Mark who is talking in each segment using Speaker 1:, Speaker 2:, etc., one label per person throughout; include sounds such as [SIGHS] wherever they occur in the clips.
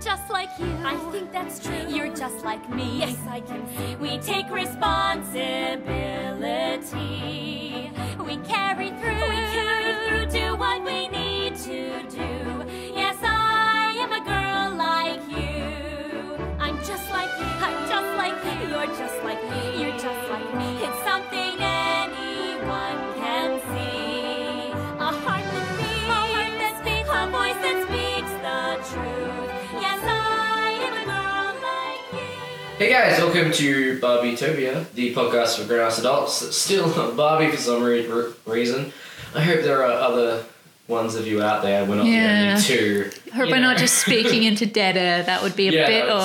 Speaker 1: just like you.
Speaker 2: I think that's true.
Speaker 1: You're just like me.
Speaker 2: Yes, I can see.
Speaker 1: We take responsibility. We carry through.
Speaker 2: We carry through.
Speaker 1: Do what we need to do. Yes, I am a girl like you. I'm just like you. I'm just like you. You're just like me. You're just like me. It's something anyone can see. A heart that beats. A heart that speaks. A voice that speaks the truth. Yes, I am a girl like you.
Speaker 3: Hey guys, welcome to Barbie Topia, the podcast for grown-ass adults that's still not Barbie for some re- re- reason. I hope there are other ones of you out there. We're not
Speaker 4: Yeah.
Speaker 3: the only two.
Speaker 4: Hope
Speaker 3: you
Speaker 4: we're not
Speaker 3: know.
Speaker 4: just
Speaker 3: [LAUGHS]
Speaker 4: speaking into dead air. That would be a
Speaker 3: Yeah,
Speaker 4: bit
Speaker 3: that would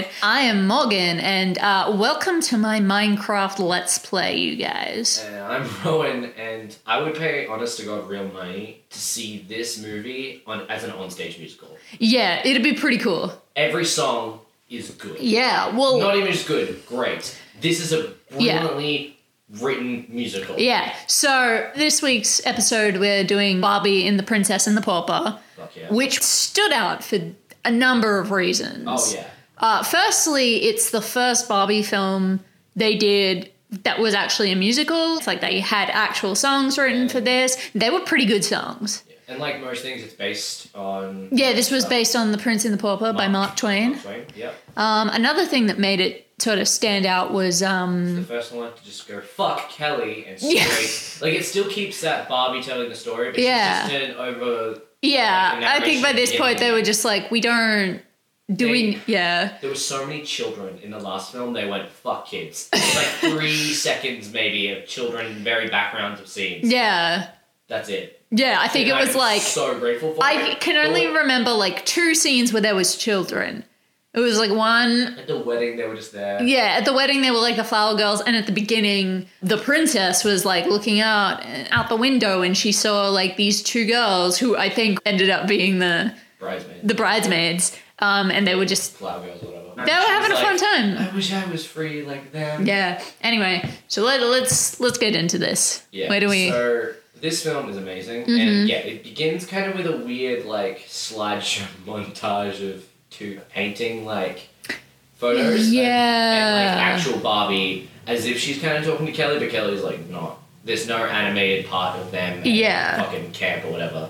Speaker 4: awkward. I am Morgan, and uh, welcome to my Minecraft Let's Play, you guys.
Speaker 3: Uh, I'm [LAUGHS] Rowan, and I would pay honest to god real money to see this movie on as an onstage musical.
Speaker 4: Yeah, it'd be pretty cool.
Speaker 3: Every song is good.
Speaker 4: Yeah, well,
Speaker 3: Not even just good, great. This is a
Speaker 4: Yeah.
Speaker 3: brilliantly written musical.
Speaker 4: yeah. So this week's episode, we're doing Barbie in the Princess and the Pauper,
Speaker 3: Fuck yeah.
Speaker 4: which stood out for a number of reasons.
Speaker 3: oh yeah.
Speaker 4: Uh, firstly, it's the first Barbie film they did that was actually a musical. It's like they had actual songs written for this. They were pretty good songs.
Speaker 3: And like most things, it's based on.
Speaker 4: Yeah, this was based on The Prince and the Pauper by Mark Twain.
Speaker 3: Mark Twain, yep.
Speaker 4: Um, another thing that made it sort of stand out was um,
Speaker 3: The first one to just go fuck Kelly and straight.
Speaker 4: [LAUGHS] Yeah.
Speaker 3: Like it still keeps that Barbie telling the story, but
Speaker 4: Yeah.
Speaker 3: she's just an over.
Speaker 4: yeah.
Speaker 3: Like the
Speaker 4: I think by
Speaker 3: narration,
Speaker 4: this
Speaker 3: yeah.
Speaker 4: point they were just like, we don't do we?
Speaker 3: They-
Speaker 4: Yeah,
Speaker 3: There were so many children in the last film. They went fuck
Speaker 4: [LAUGHS]
Speaker 3: kids. It's like three seconds maybe of children, very backgrounds of scenes.
Speaker 4: yeah,
Speaker 3: That's it.
Speaker 4: yeah. I think it
Speaker 3: And
Speaker 4: was
Speaker 3: I'm
Speaker 4: like
Speaker 3: so grateful for.
Speaker 4: I
Speaker 3: it.
Speaker 4: can only
Speaker 3: But
Speaker 4: remember like two scenes where there was children. It was like one
Speaker 3: at the wedding they were just there.
Speaker 4: Yeah, at the wedding they were like the flower girls, and at the beginning the princess was like looking out out the window, and she saw like these two girls who I think ended up being the
Speaker 3: Bridesmaids.
Speaker 4: the bridesmaids, um, and they were just
Speaker 3: flower girls, whatever.
Speaker 4: they were having a fun time.
Speaker 3: I wish I was free like them.
Speaker 4: Yeah. Anyway, so let, let's let's get into this.
Speaker 3: Yeah.
Speaker 4: Where do we? Mm-hmm.
Speaker 3: So this film is amazing, and yeah, it begins kind of with a weird like slideshow [LAUGHS] montage of two painting like photos. and- And,
Speaker 4: Yeah.
Speaker 3: like actual Barbie, as if she's kind of talking to Kelly, but Kelly's like not. There's no animated part of them. at
Speaker 4: Yeah.
Speaker 3: Fucking camp or whatever.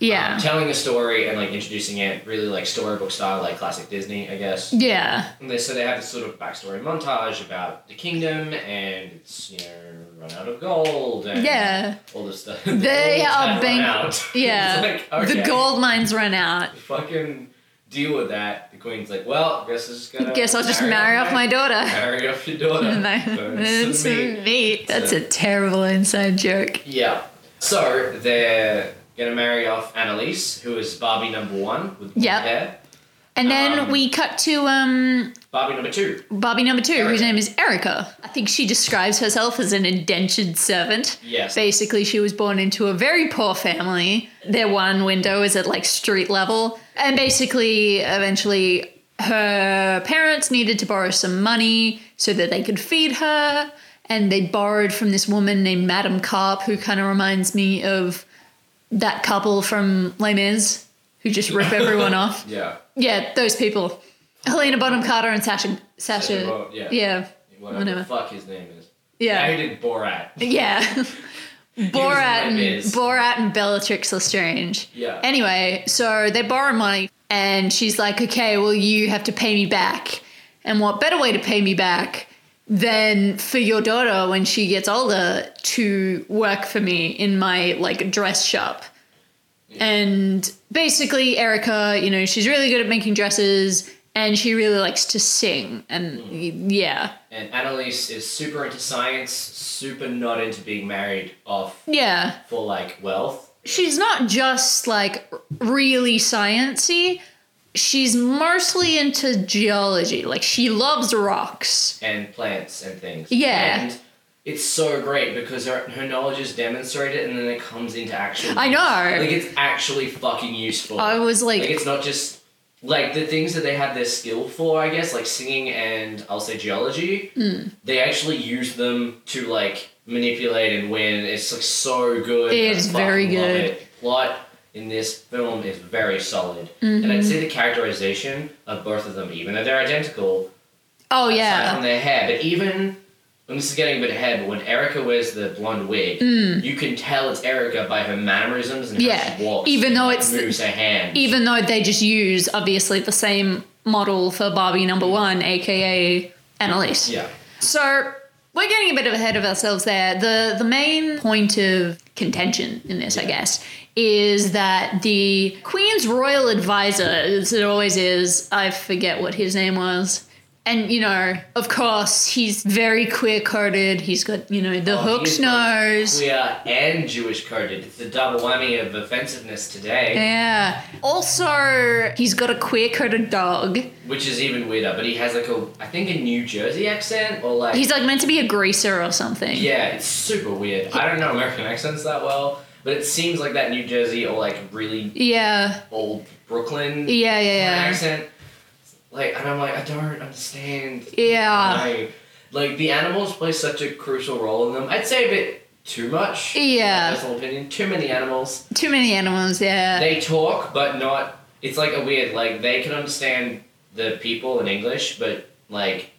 Speaker 4: yeah.
Speaker 3: Um, telling a story and like introducing it really like storybook style, like classic Disney, I guess.
Speaker 4: yeah.
Speaker 3: And they, so they have this sort of backstory montage about the kingdom and it's you know run out of gold and
Speaker 4: Yeah.
Speaker 3: all this stuff. [LAUGHS]
Speaker 4: They
Speaker 3: All
Speaker 4: are
Speaker 3: time
Speaker 4: bank-
Speaker 3: run out. [LAUGHS]
Speaker 4: Yeah.
Speaker 3: It's like, okay,
Speaker 4: The gold mines run out.
Speaker 3: Fucking deal with that. The queen's like, well, guess I'm just gonna.
Speaker 4: Guess I'll just marry off my daughter.
Speaker 3: [LAUGHS] Marry off your
Speaker 4: [LAUGHS]
Speaker 3: daughter.
Speaker 4: And I-
Speaker 3: Burn
Speaker 4: It's
Speaker 3: some meat.
Speaker 4: meat. That's a terrible inside joke.
Speaker 3: Yeah. So they're gonna marry off Annalise, who is Barbie number one with blonde
Speaker 4: Yep.
Speaker 3: hair.
Speaker 4: And then
Speaker 3: Um,
Speaker 4: we cut to um
Speaker 3: Barbie number two.
Speaker 4: Barbie number two, whose
Speaker 3: Erica.
Speaker 4: name is Erica. I think she describes herself as an indentured servant.
Speaker 3: Yes.
Speaker 4: Basically, she was born into a very poor family. Their one window is at like street level. And basically, eventually, her parents needed to borrow some money so that they could feed her. And they borrowed from this woman named Madame Carp, who kind of reminds me of that couple from Les Mis who
Speaker 3: [LAUGHS]
Speaker 4: just rip everyone off.
Speaker 3: yeah.
Speaker 4: Yeah, those people. Helena Bonham Carter and Sasha. Sasha.
Speaker 3: Sasha Bo- yeah.
Speaker 4: Yeah.
Speaker 3: Whatever,
Speaker 4: Whatever.
Speaker 3: the fuck his name is. I
Speaker 4: Yeah.
Speaker 3: did Borat. [LAUGHS]
Speaker 4: Yeah. Borat
Speaker 3: in Les
Speaker 4: and
Speaker 3: Mis.
Speaker 4: Borat and Bellatrix Lestrange.
Speaker 3: Yeah.
Speaker 4: Anyway, so they borrow money, and she's like, "Okay, well, you have to pay me back." And what better way to pay me back than for your daughter when she gets older to work for me in my like dress shop? and basically erica you know she's really good at making dresses and she really likes to sing and
Speaker 3: Mm.
Speaker 4: yeah
Speaker 3: And Annalise is super into science, super not into being married off
Speaker 4: yeah
Speaker 3: for like wealth.
Speaker 4: she's not just like really sciency she's mostly into geology like she loves rocks
Speaker 3: and plants and things.
Speaker 4: Yeah.
Speaker 3: And it's so great because her, her knowledge is demonstrated and then it comes into action.
Speaker 4: i know
Speaker 3: Like it's actually fucking useful.
Speaker 4: i was like,
Speaker 3: like it's not just like the things that they have their skill for, I guess, like singing and I'll say geology,
Speaker 4: Mm.
Speaker 3: they actually use them to like manipulate and win. It's like so good.
Speaker 4: It
Speaker 3: I
Speaker 4: is
Speaker 3: fucking
Speaker 4: very
Speaker 3: love
Speaker 4: good.
Speaker 3: it. Plot in this film is very solid. And
Speaker 4: Mm-hmm.
Speaker 3: I'd say the characterization of both of them, even though they're identical,
Speaker 4: Oh
Speaker 3: aside from
Speaker 4: yeah.
Speaker 3: their hair, but even and this is getting a bit ahead, but when Erica wears the blonde wig, you can tell it's Erica by her mannerisms and
Speaker 4: Hmm. Yeah,
Speaker 3: how she walks.
Speaker 4: even though
Speaker 3: and
Speaker 4: it's-
Speaker 3: moves her hand.
Speaker 4: Even though they just use obviously the same model for Barbie number one, aka Annalise.
Speaker 3: yeah.
Speaker 4: So we're getting a bit ahead of ourselves there. The the main point of contention in this, I guess, is that the Queen's royal advisor, as it always is, I forget what his name was. And you know, of course, he's very queer coded. He's got you know the
Speaker 3: Oh,
Speaker 4: hooked
Speaker 3: he's like
Speaker 4: nose.
Speaker 3: Queer and Jewish coded. It's the double whammy of offensiveness today,
Speaker 4: Yeah. Also, he's got a queer coded dog.
Speaker 3: which is even weirder. But he has like a, I think a New Jersey accent or like
Speaker 4: He's like meant to be a greaser or something.
Speaker 3: Yeah, it's super weird. I don't know American accents that well, but it seems like that New Jersey or like really
Speaker 4: Yeah.
Speaker 3: old Brooklyn
Speaker 4: Yeah. Yeah. Yeah.
Speaker 3: accent. Like, and I'm like, I don't understand.
Speaker 4: Yeah.
Speaker 3: why. Like, the animals play such a crucial role in them. I'd say a bit too much.
Speaker 4: Yeah. Uh.
Speaker 3: My personal opinion. Too many animals.
Speaker 4: Too many animals. Yeah.
Speaker 3: They talk, but not. It's like a weird, like, they can understand the people in English, but, like,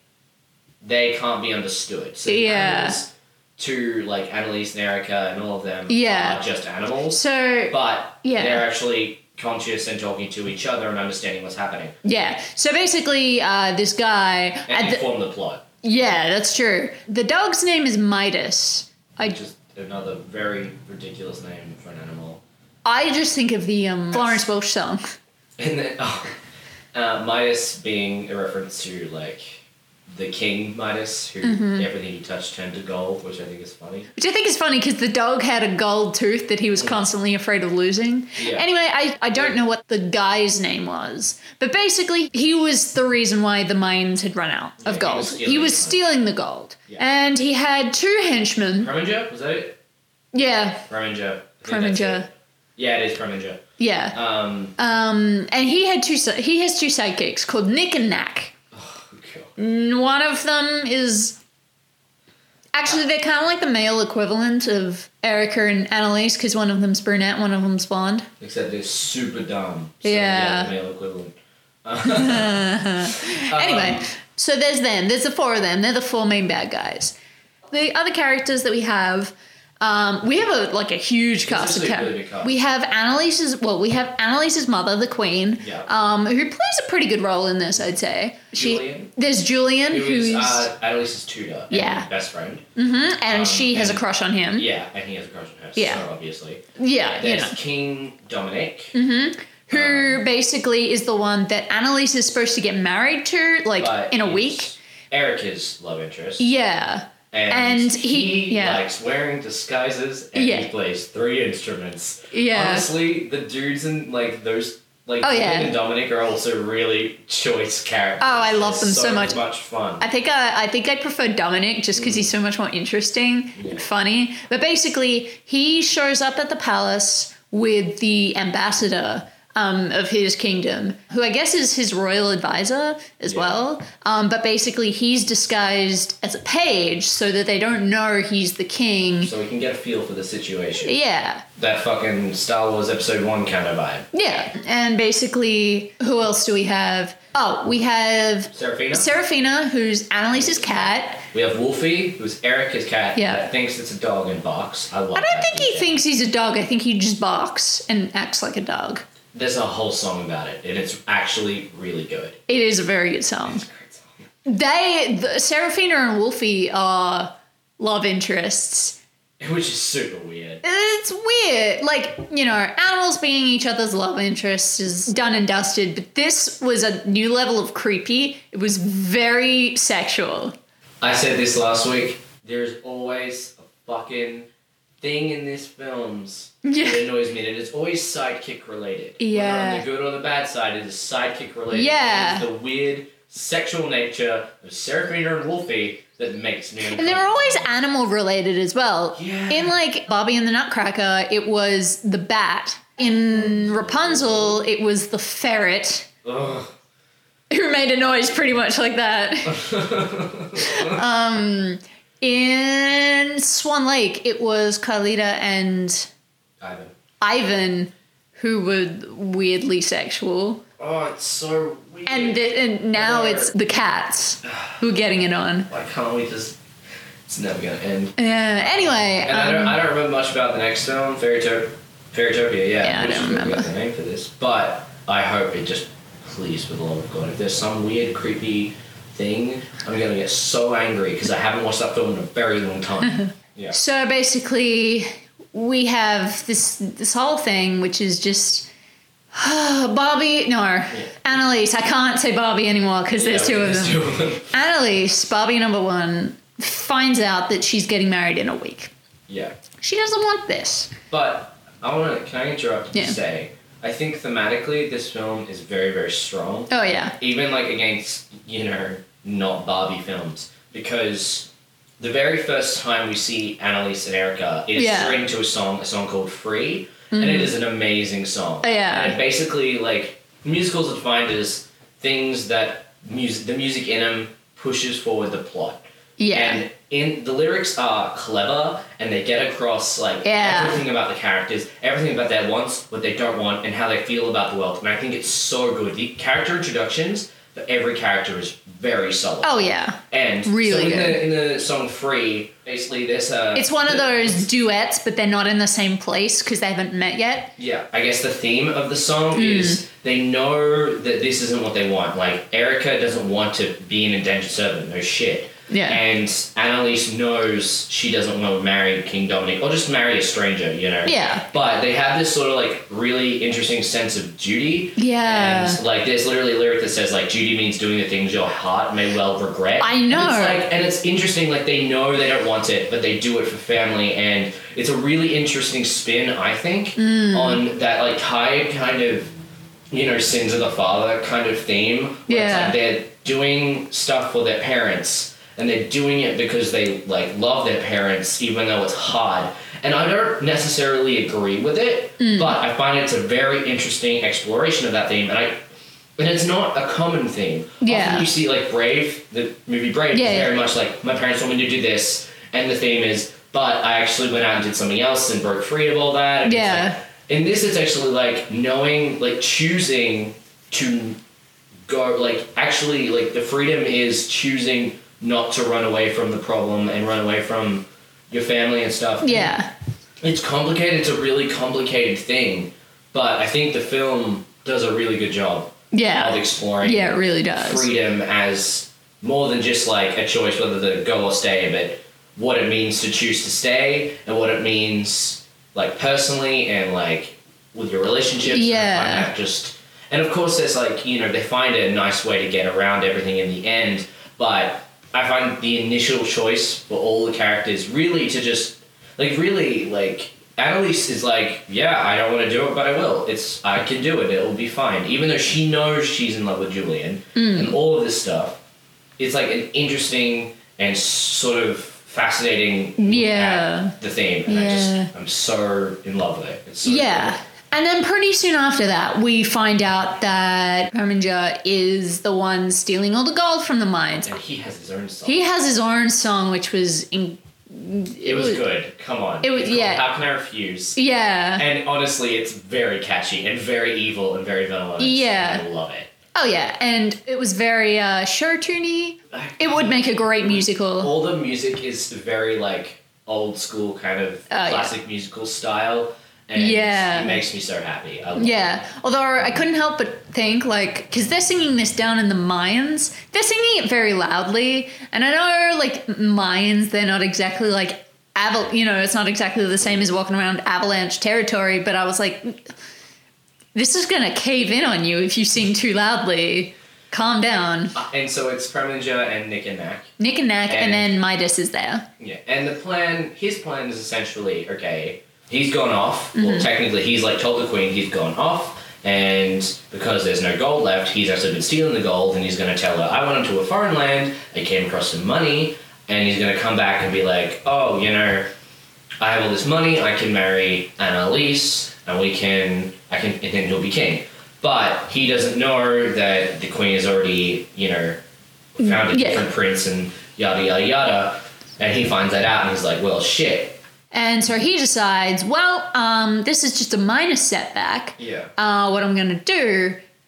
Speaker 3: they can't be understood. So, the
Speaker 4: Yeah.
Speaker 3: animals to, like, Annalise and Erica and all of them
Speaker 4: Yeah.
Speaker 3: are just animals.
Speaker 4: So
Speaker 3: But
Speaker 4: Yeah.
Speaker 3: they're actually conscious and talking to each other and understanding what's happening.
Speaker 4: yeah, so basically, uh, this guy.
Speaker 3: And
Speaker 4: At the,
Speaker 3: inform the plot.
Speaker 4: yeah, that's true. The dog's name is Midas. I
Speaker 3: Just another very ridiculous name for an animal.
Speaker 4: I just think of the um, Florence Welch song.
Speaker 3: And then, [LAUGHS] oh, uh, Midas being a reference to like the king Midas, who
Speaker 4: Mm-hmm.
Speaker 3: everything he touched turned to gold, which I think is funny.
Speaker 4: Which I think is funny because the dog had a gold tooth that he was constantly afraid of losing.
Speaker 3: Yeah.
Speaker 4: Anyway, I, I don't know what the guy's name was, but basically, he was the reason why the mines had run out of
Speaker 3: he
Speaker 4: gold.
Speaker 3: was
Speaker 4: He was,
Speaker 3: stealing the money.
Speaker 4: stealing the gold.
Speaker 3: Yeah.
Speaker 4: And he had two henchmen.
Speaker 3: Preminger was that it?
Speaker 4: Yeah,
Speaker 3: Preminger. I think that's
Speaker 4: Preminger.
Speaker 3: it. Yeah, it is Preminger.
Speaker 4: Yeah.
Speaker 3: Um,
Speaker 4: Um, and he had two si- he has two sidekicks called Nick and Knack.
Speaker 3: oh, God.
Speaker 4: And One of them is actually they're kind of like the male equivalent of Erica and Annalise because one of them's brunette, one of them's blonde.
Speaker 3: except it's super dumb. So,
Speaker 4: Yeah.
Speaker 3: the male equivalent.
Speaker 4: [LAUGHS]
Speaker 3: Uh-huh. Um,
Speaker 4: Anyway, so there's them. There's the four of them. They're the four main bad guys. The other characters that we have, um, we have a like a huge cast of
Speaker 3: actually a really big
Speaker 4: characters.
Speaker 3: cast.
Speaker 4: We have Annalise's well, we have Annalise's mother, the Queen,
Speaker 3: Yeah.
Speaker 4: um, who plays a pretty good role in this, I'd say.
Speaker 3: Julian?
Speaker 4: there's Julian,
Speaker 3: Who is
Speaker 4: who's
Speaker 3: uh, Annalise's tutor? and
Speaker 4: Yeah. Mm-hmm.
Speaker 3: best friend.
Speaker 4: and she has
Speaker 3: um, and-
Speaker 4: a crush on him. Yeah,
Speaker 3: Yeah, and he has a crush on her.
Speaker 4: Yeah.
Speaker 3: so obviously.
Speaker 4: you
Speaker 3: There's
Speaker 4: know,
Speaker 3: King Dominic.
Speaker 4: who basically is the one that Annalise is supposed to get married to, like
Speaker 3: but
Speaker 4: in a
Speaker 3: it's
Speaker 4: week.
Speaker 3: Erica's love interest.
Speaker 4: Yeah.
Speaker 3: And,
Speaker 4: And
Speaker 3: he,
Speaker 4: he- yeah.
Speaker 3: likes wearing disguises and
Speaker 4: Yeah.
Speaker 3: he plays three instruments.
Speaker 4: Yeah.
Speaker 3: Honestly, the dudes in like those like
Speaker 4: Oh,
Speaker 3: Nick
Speaker 4: yeah.
Speaker 3: and Dominic are also really choice characters.
Speaker 4: Oh, I love
Speaker 3: They're
Speaker 4: them so much.
Speaker 3: fun.
Speaker 4: I think uh, I, I think I prefer Dominic just because he's so much more interesting
Speaker 3: Yeah.
Speaker 4: and funny. But basically, he shows up at the palace with the ambassador um, of his kingdom, who I guess is his royal advisor as
Speaker 3: Yeah.
Speaker 4: well. Um, but basically, he's disguised as a page so that they don't know he's the king.
Speaker 3: so we can get a feel for the situation.
Speaker 4: Yeah,
Speaker 3: That fucking Star Wars Episode One kind of vibe.
Speaker 4: yeah. And basically, who else do we have? Oh, we have
Speaker 3: Serafina.
Speaker 4: Serafina, who's Annalise's cat.
Speaker 3: we have Wolfie, who's Erica's cat
Speaker 4: Yeah.
Speaker 3: that thinks it's a dog and barks. I love.
Speaker 4: I don't think he thinks he's a dog. I think he just barks and acts like a dog.
Speaker 3: There's a whole song about it, and it's actually really good.
Speaker 4: It is a very good song.
Speaker 3: It's a great song.
Speaker 4: They, the, Serafina and Wolfie are love interests.
Speaker 3: [LAUGHS] Which is super weird.
Speaker 4: It's weird. Like, you know, animals being each other's love interests is done and dusted, but this was a new level of creepy. It was very sexual.
Speaker 3: I said this last week. There's always a fucking thing in these films
Speaker 4: Yeah.
Speaker 3: that annoys me, and it's always sidekick related. Whether
Speaker 4: Yeah.
Speaker 3: on the good or the bad side, it is sidekick related.
Speaker 4: Yeah.
Speaker 3: It's the weird sexual nature of Sarah Greener and Wolfie that makes me.
Speaker 4: And they were always animal related as well.
Speaker 3: Yeah.
Speaker 4: In like Bobby and the Nutcracker, it was the bat. In Rapunzel, it was the ferret. [LAUGHS]
Speaker 3: Ugh.
Speaker 4: who made a noise pretty much
Speaker 3: [LAUGHS]
Speaker 4: like that. um, in Swan Lake, it was Carlita and
Speaker 3: Ivan.
Speaker 4: Ivan who were weirdly sexual.
Speaker 3: Oh, it's so weird.
Speaker 4: And, it, and now
Speaker 3: Or-
Speaker 4: it's the cats who are getting it on.
Speaker 3: why can't we just? It's never gonna end.
Speaker 4: Yeah. Anyway,
Speaker 3: And I, don't,
Speaker 4: um,
Speaker 3: I don't remember much about the next film, Fairytop- Fairytopia. Yeah,
Speaker 4: Yeah, I
Speaker 3: which
Speaker 4: don't
Speaker 3: is what we got
Speaker 4: remember.
Speaker 3: the name for this, but I hope it just. Please, for the love of God, if there's some weird, creepy thing, I'm gonna get so angry because I haven't watched that film in a very long
Speaker 4: [LAUGHS]
Speaker 3: time. yeah.
Speaker 4: so basically, we have this this whole thing, which is just [SIGHS] Bobby. No, Annalise. I can't say Bobby anymore because there's
Speaker 3: Yeah,
Speaker 4: two of
Speaker 3: there's
Speaker 4: them.
Speaker 3: two of them.
Speaker 4: Annalise, Barbie number one, finds out that she's getting married in a week.
Speaker 3: Yeah.
Speaker 4: She doesn't want this.
Speaker 3: But I want to. Can I interrupt
Speaker 4: Yeah.
Speaker 3: to say? I think thematically, this film is very, very strong.
Speaker 4: Oh, yeah.
Speaker 3: Even like against you know not Barbie films because the very first time we see Annalise and Erica it is
Speaker 4: Yeah.
Speaker 3: straight into a song, a song called Free, and it is an amazing song.
Speaker 4: Oh, yeah.
Speaker 3: And it basically, like musicals are defined as things that music, the music in them pushes forward the plot.
Speaker 4: Yeah.
Speaker 3: And in the lyrics are clever and they get across like
Speaker 4: Yeah.
Speaker 3: everything about the characters, everything about their wants, what they don't want, and how they feel about the world. And I think it's so good. The character introductions for every character is very solid.
Speaker 4: oh, yeah.
Speaker 3: and so
Speaker 4: really
Speaker 3: in the, in the song Free, basically there's a
Speaker 4: It's one of those duets, but they're not in the same place because they haven't met yet.
Speaker 3: Yeah, I guess the theme of the song
Speaker 4: Hmm.
Speaker 3: is they know that this isn't what they want. Like Erica doesn't want to be an indentured servant, no shit.
Speaker 4: Yeah.
Speaker 3: And Annalise knows she doesn't want to marry King Dominic or just marry a stranger, you know.
Speaker 4: Yeah.
Speaker 3: But they have this sort of like really interesting sense of duty.
Speaker 4: Yeah.
Speaker 3: And like there's literally a lyric that says like duty means doing the things your heart may well regret.
Speaker 4: I
Speaker 3: And it's
Speaker 4: know.
Speaker 3: like and it's interesting like they know they don't want it but they do it for family and it's a really interesting spin i think
Speaker 4: Mm.
Speaker 3: on that like tired kind of you know sins of the father kind of theme where it's
Speaker 4: Yeah.
Speaker 3: like they're doing stuff for their parents and they're doing it because they like love their parents even though it's hard and i don't necessarily agree with it
Speaker 4: Hmm.
Speaker 3: but i find it's a very interesting exploration of that theme and i and it's not a common theme
Speaker 4: Yeah.
Speaker 3: Often you see like Brave, the movie Brave
Speaker 4: Yeah,
Speaker 3: is
Speaker 4: yeah.
Speaker 3: very much like my parents want me to do this, and the theme is, but I actually went out and did something else and broke free of all that. And it's
Speaker 4: Yeah.
Speaker 3: like- in this, it's actually like knowing, like choosing to go, like actually, like the freedom is choosing not to run away from the problem and run away from your family and stuff
Speaker 4: Yeah.
Speaker 3: it's complicated. It's a really complicated thing, but I think the film does a really good job
Speaker 4: Yeah.
Speaker 3: of exploring.
Speaker 4: Yeah, it really does.
Speaker 3: Freedom as more than just like a choice whether to go or stay, but what it means to choose to stay and what it means like personally and like with your relationships.
Speaker 4: Yeah.
Speaker 3: And I find that just and of course there's like you know they find a nice way to get around everything in the end, but I find the initial choice for all the characters really to just like really like Annalise is like, yeah, I don't want to do it, but I will. It's I can do it. It will be fine. Even though she knows she's in love with Julian
Speaker 4: Mm.
Speaker 3: and all of this stuff, it's like an interesting and sort of fascinating. look
Speaker 4: Yeah.
Speaker 3: at the theme, and I
Speaker 4: Yeah.
Speaker 3: just I'm so in love with it. It's so
Speaker 4: Yeah.
Speaker 3: good.
Speaker 4: And then pretty soon after that, we find out that Preminger is the one stealing all the gold from the mines.
Speaker 3: and he has his own song.
Speaker 4: He has his own song, which was in.
Speaker 3: it was good. Come on.
Speaker 4: it was-
Speaker 3: It's called
Speaker 4: yeah.
Speaker 3: How can I refuse?
Speaker 4: Yeah.
Speaker 3: And honestly, it's very catchy and very evil and very villainous.
Speaker 4: Yeah.
Speaker 3: I love it.
Speaker 4: Oh yeah, and it was very uh, show tuney. It would make a great musical.
Speaker 3: all the music is very like old school kind of
Speaker 4: Oh, yeah.
Speaker 3: classic musical style and
Speaker 4: Yeah.
Speaker 3: it makes me so happy I love
Speaker 4: Yeah, although I couldn't help but think like because they're singing this down in the mines, they're singing it very loudly, and I know like mines, they're not exactly like aval, you know, it's not exactly the same as walking around avalanche territory. But I was like, this is gonna cave in on you if you sing too loudly. Calm down,
Speaker 3: it. and so it's Preminger and Nick and Nack
Speaker 4: Nick and Nack, and
Speaker 3: And-
Speaker 4: then Midas is there.
Speaker 3: yeah and the plan his plan is essentially okay he's gone off
Speaker 4: Mm-hmm.
Speaker 3: well technically he's like told the queen he's gone off and because there's no gold left he's actually been stealing the gold and he's going to tell her I went into a foreign land I came across some money and he's going to come back and be like oh you know I have all this money, I can marry Annalise, and we can, I can, and then he'll be king. But he doesn't know that the queen has already, you know, found a
Speaker 4: Mm, Yeah.
Speaker 3: different prince and yada, yada, yada. And he finds that out and he's like, well, shit,
Speaker 4: And so he decides, well, um, this is just a minor setback.
Speaker 3: Yeah.
Speaker 4: Uh, what I'm going to do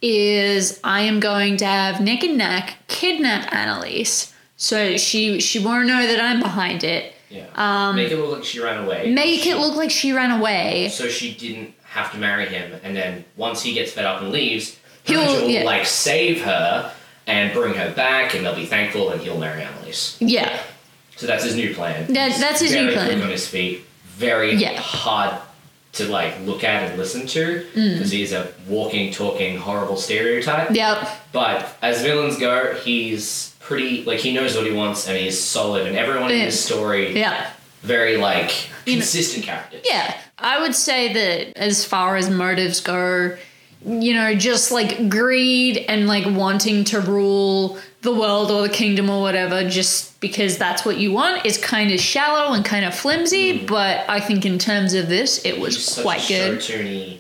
Speaker 4: is I am going to have Nick and Nack kidnap Annalise, so she she won't know that I'm behind it.
Speaker 3: Yeah.
Speaker 4: Um,
Speaker 3: make it look like she ran away.
Speaker 4: Make
Speaker 3: She-
Speaker 4: it look like she ran away.
Speaker 3: so she didn't have to marry him. And then once he gets fed up and leaves,
Speaker 4: He'll-
Speaker 3: he'll
Speaker 4: yeah.
Speaker 3: like save her and bring her back, and they'll be thankful, and he'll marry Annalise.
Speaker 4: Yeah.
Speaker 3: So that's his new plan.
Speaker 4: That-
Speaker 3: He's
Speaker 4: that's his
Speaker 3: very
Speaker 4: new
Speaker 3: quick
Speaker 4: plan.
Speaker 3: on his feet, very
Speaker 4: Yeah.
Speaker 3: hard to like look at and listen to
Speaker 4: Mm.
Speaker 3: because he's a walking, talking, horrible stereotype.
Speaker 4: Yep.
Speaker 3: But as villains go, he's pretty like he knows what he wants and he's solid, and everyone in
Speaker 4: Yeah.
Speaker 3: his story
Speaker 4: Yeah.
Speaker 3: very like
Speaker 4: You know-
Speaker 3: consistent characters.
Speaker 4: Yeah, I would say that as far as motives go, you know, just like greed and like wanting to rule the world or the kingdom or whatever, just because that's what you want, is kind of shallow and kind of flimsy. But I think in terms of this, it was
Speaker 3: He's Mm. such
Speaker 4: quite
Speaker 3: a
Speaker 4: good.
Speaker 3: show-tuny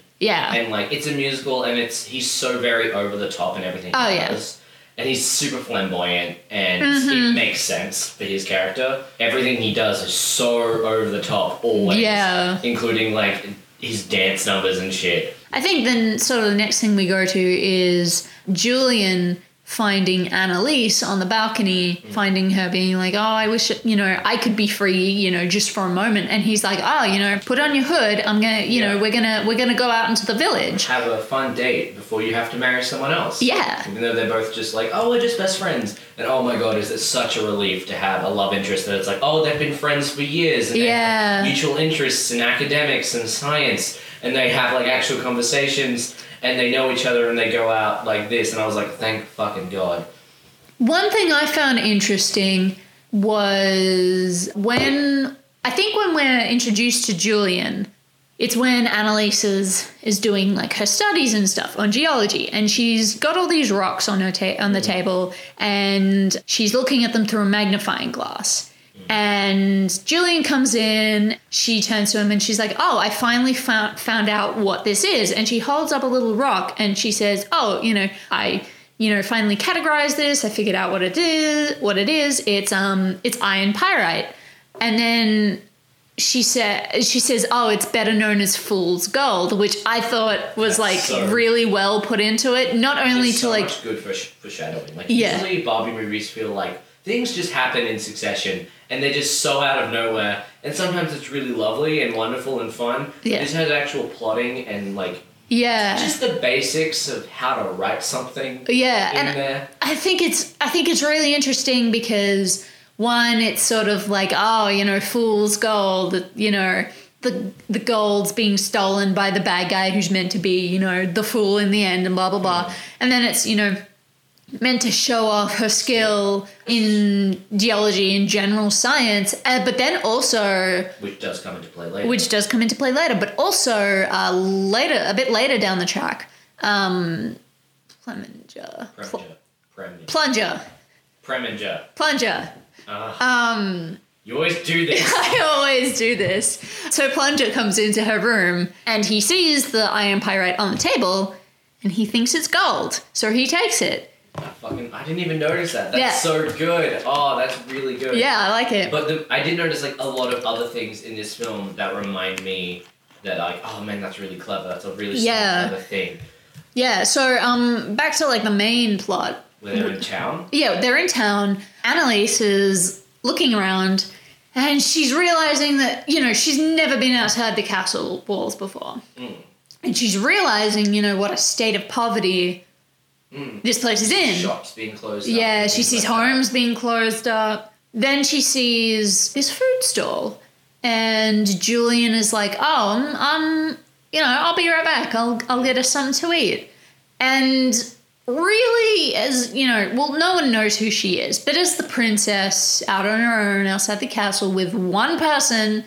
Speaker 3: [LAUGHS]
Speaker 4: Yeah,
Speaker 3: and like it's a musical and it's he's so very over the top and everything
Speaker 4: Oh,
Speaker 3: he
Speaker 4: yeah.
Speaker 3: does. and he's super flamboyant and
Speaker 4: Mm-hmm.
Speaker 3: it makes sense for his character everything he does is so over the top always
Speaker 4: Yeah.
Speaker 3: including like his dance numbers and shit
Speaker 4: I think then sort of the next thing we go to is Julian finding Annalise on the balcony, finding her being like, "Oh, I wish you know I could be free, you know, just for a moment." And he's like, "Oh, you know, put on your hood. I'm gonna, you know,
Speaker 3: Yeah.
Speaker 4: we're gonna we're gonna go out into the village."
Speaker 3: have a fun date before you have to marry someone else
Speaker 4: Yeah.
Speaker 3: even though they're both just like oh we're just best friends and oh my god is it such a relief to have a love interest that it's like oh they've been friends for years and they
Speaker 4: Yeah.
Speaker 3: have mutual interests in academics and science and they have like actual conversations and they know each other and they go out like this and i was like thank fucking god
Speaker 4: One thing I found interesting was when I think when we're introduced to Julian, it's when Annalise is, is doing like her studies and stuff on geology, and she's got all these rocks on her ta- on the table, and she's looking at them through a magnifying glass. And Julian comes in, she turns to him and she's like, Oh, I finally found, found out what this is. And she holds up a little rock and she says, Oh, you know, I you know finally categorized this i figured out what it is what it is it's um it's iron pyrite and then she said she says oh it's better known as fool's gold which i thought was
Speaker 3: That's
Speaker 4: like
Speaker 3: so-
Speaker 4: really well put into it not only
Speaker 3: It's
Speaker 4: to
Speaker 3: so
Speaker 4: like
Speaker 3: much good for foreshadowing like
Speaker 4: Yeah.
Speaker 3: usually barbie movies feel like things just happen in succession and they're just so out of nowhere and sometimes it's really lovely and wonderful and fun
Speaker 4: Yeah.
Speaker 3: this has actual plotting and like
Speaker 4: yeah
Speaker 3: just the basics of how to write something
Speaker 4: Oh, yeah
Speaker 3: in
Speaker 4: and
Speaker 3: there.
Speaker 4: I think it's I think it's really interesting because one, it's sort of like oh, you know, fool's gold, you know, the the gold's being stolen by the bad guy who's meant to be, you know, the fool in the end, and blah blah blah. And then it's you know meant to show off her skill in geology and general science, uh, but then also
Speaker 3: Which does come into play later.
Speaker 4: which does come into play later, but also uh, later a bit later down the track, um, Pleminger, Pl-
Speaker 3: Preminger. Preminger.
Speaker 4: plunger.
Speaker 3: Preminger.
Speaker 4: Plunger.
Speaker 3: Ah,
Speaker 4: Um,
Speaker 3: You always do this.
Speaker 4: [LAUGHS] I always do this. So Plunger comes into her room and he sees the iron pyrite on the table and he thinks it's gold. So he takes it.
Speaker 3: I Ah, fucking, I didn't even notice that. That's
Speaker 4: Yeah.
Speaker 3: so good. Oh, that's really good.
Speaker 4: Yeah, I like it.
Speaker 3: But the, I did notice like a lot of other things in this film that remind me that like, oh man, that's really clever. That's a really smart,
Speaker 4: Yeah.
Speaker 3: clever thing.
Speaker 4: yeah, so um back to like the main plot.
Speaker 3: Where they're in town.
Speaker 4: Yeah, they're in town. Annalise is looking around and she's realizing that, you know, she's never been outside the castle walls before. And she's realizing, you know, what a state of poverty this place is in.
Speaker 3: Shops being closed. up
Speaker 4: Yeah,
Speaker 3: and
Speaker 4: she
Speaker 3: things like
Speaker 4: sees
Speaker 3: that.
Speaker 4: homes being closed up. Then she sees this food stall, and Julian is like, "Oh, um, um, you know, I'll be right back. I'll I'll get us something to eat." And really, as you know, well, no one knows who she is, but as the princess out on her own outside the castle with one person,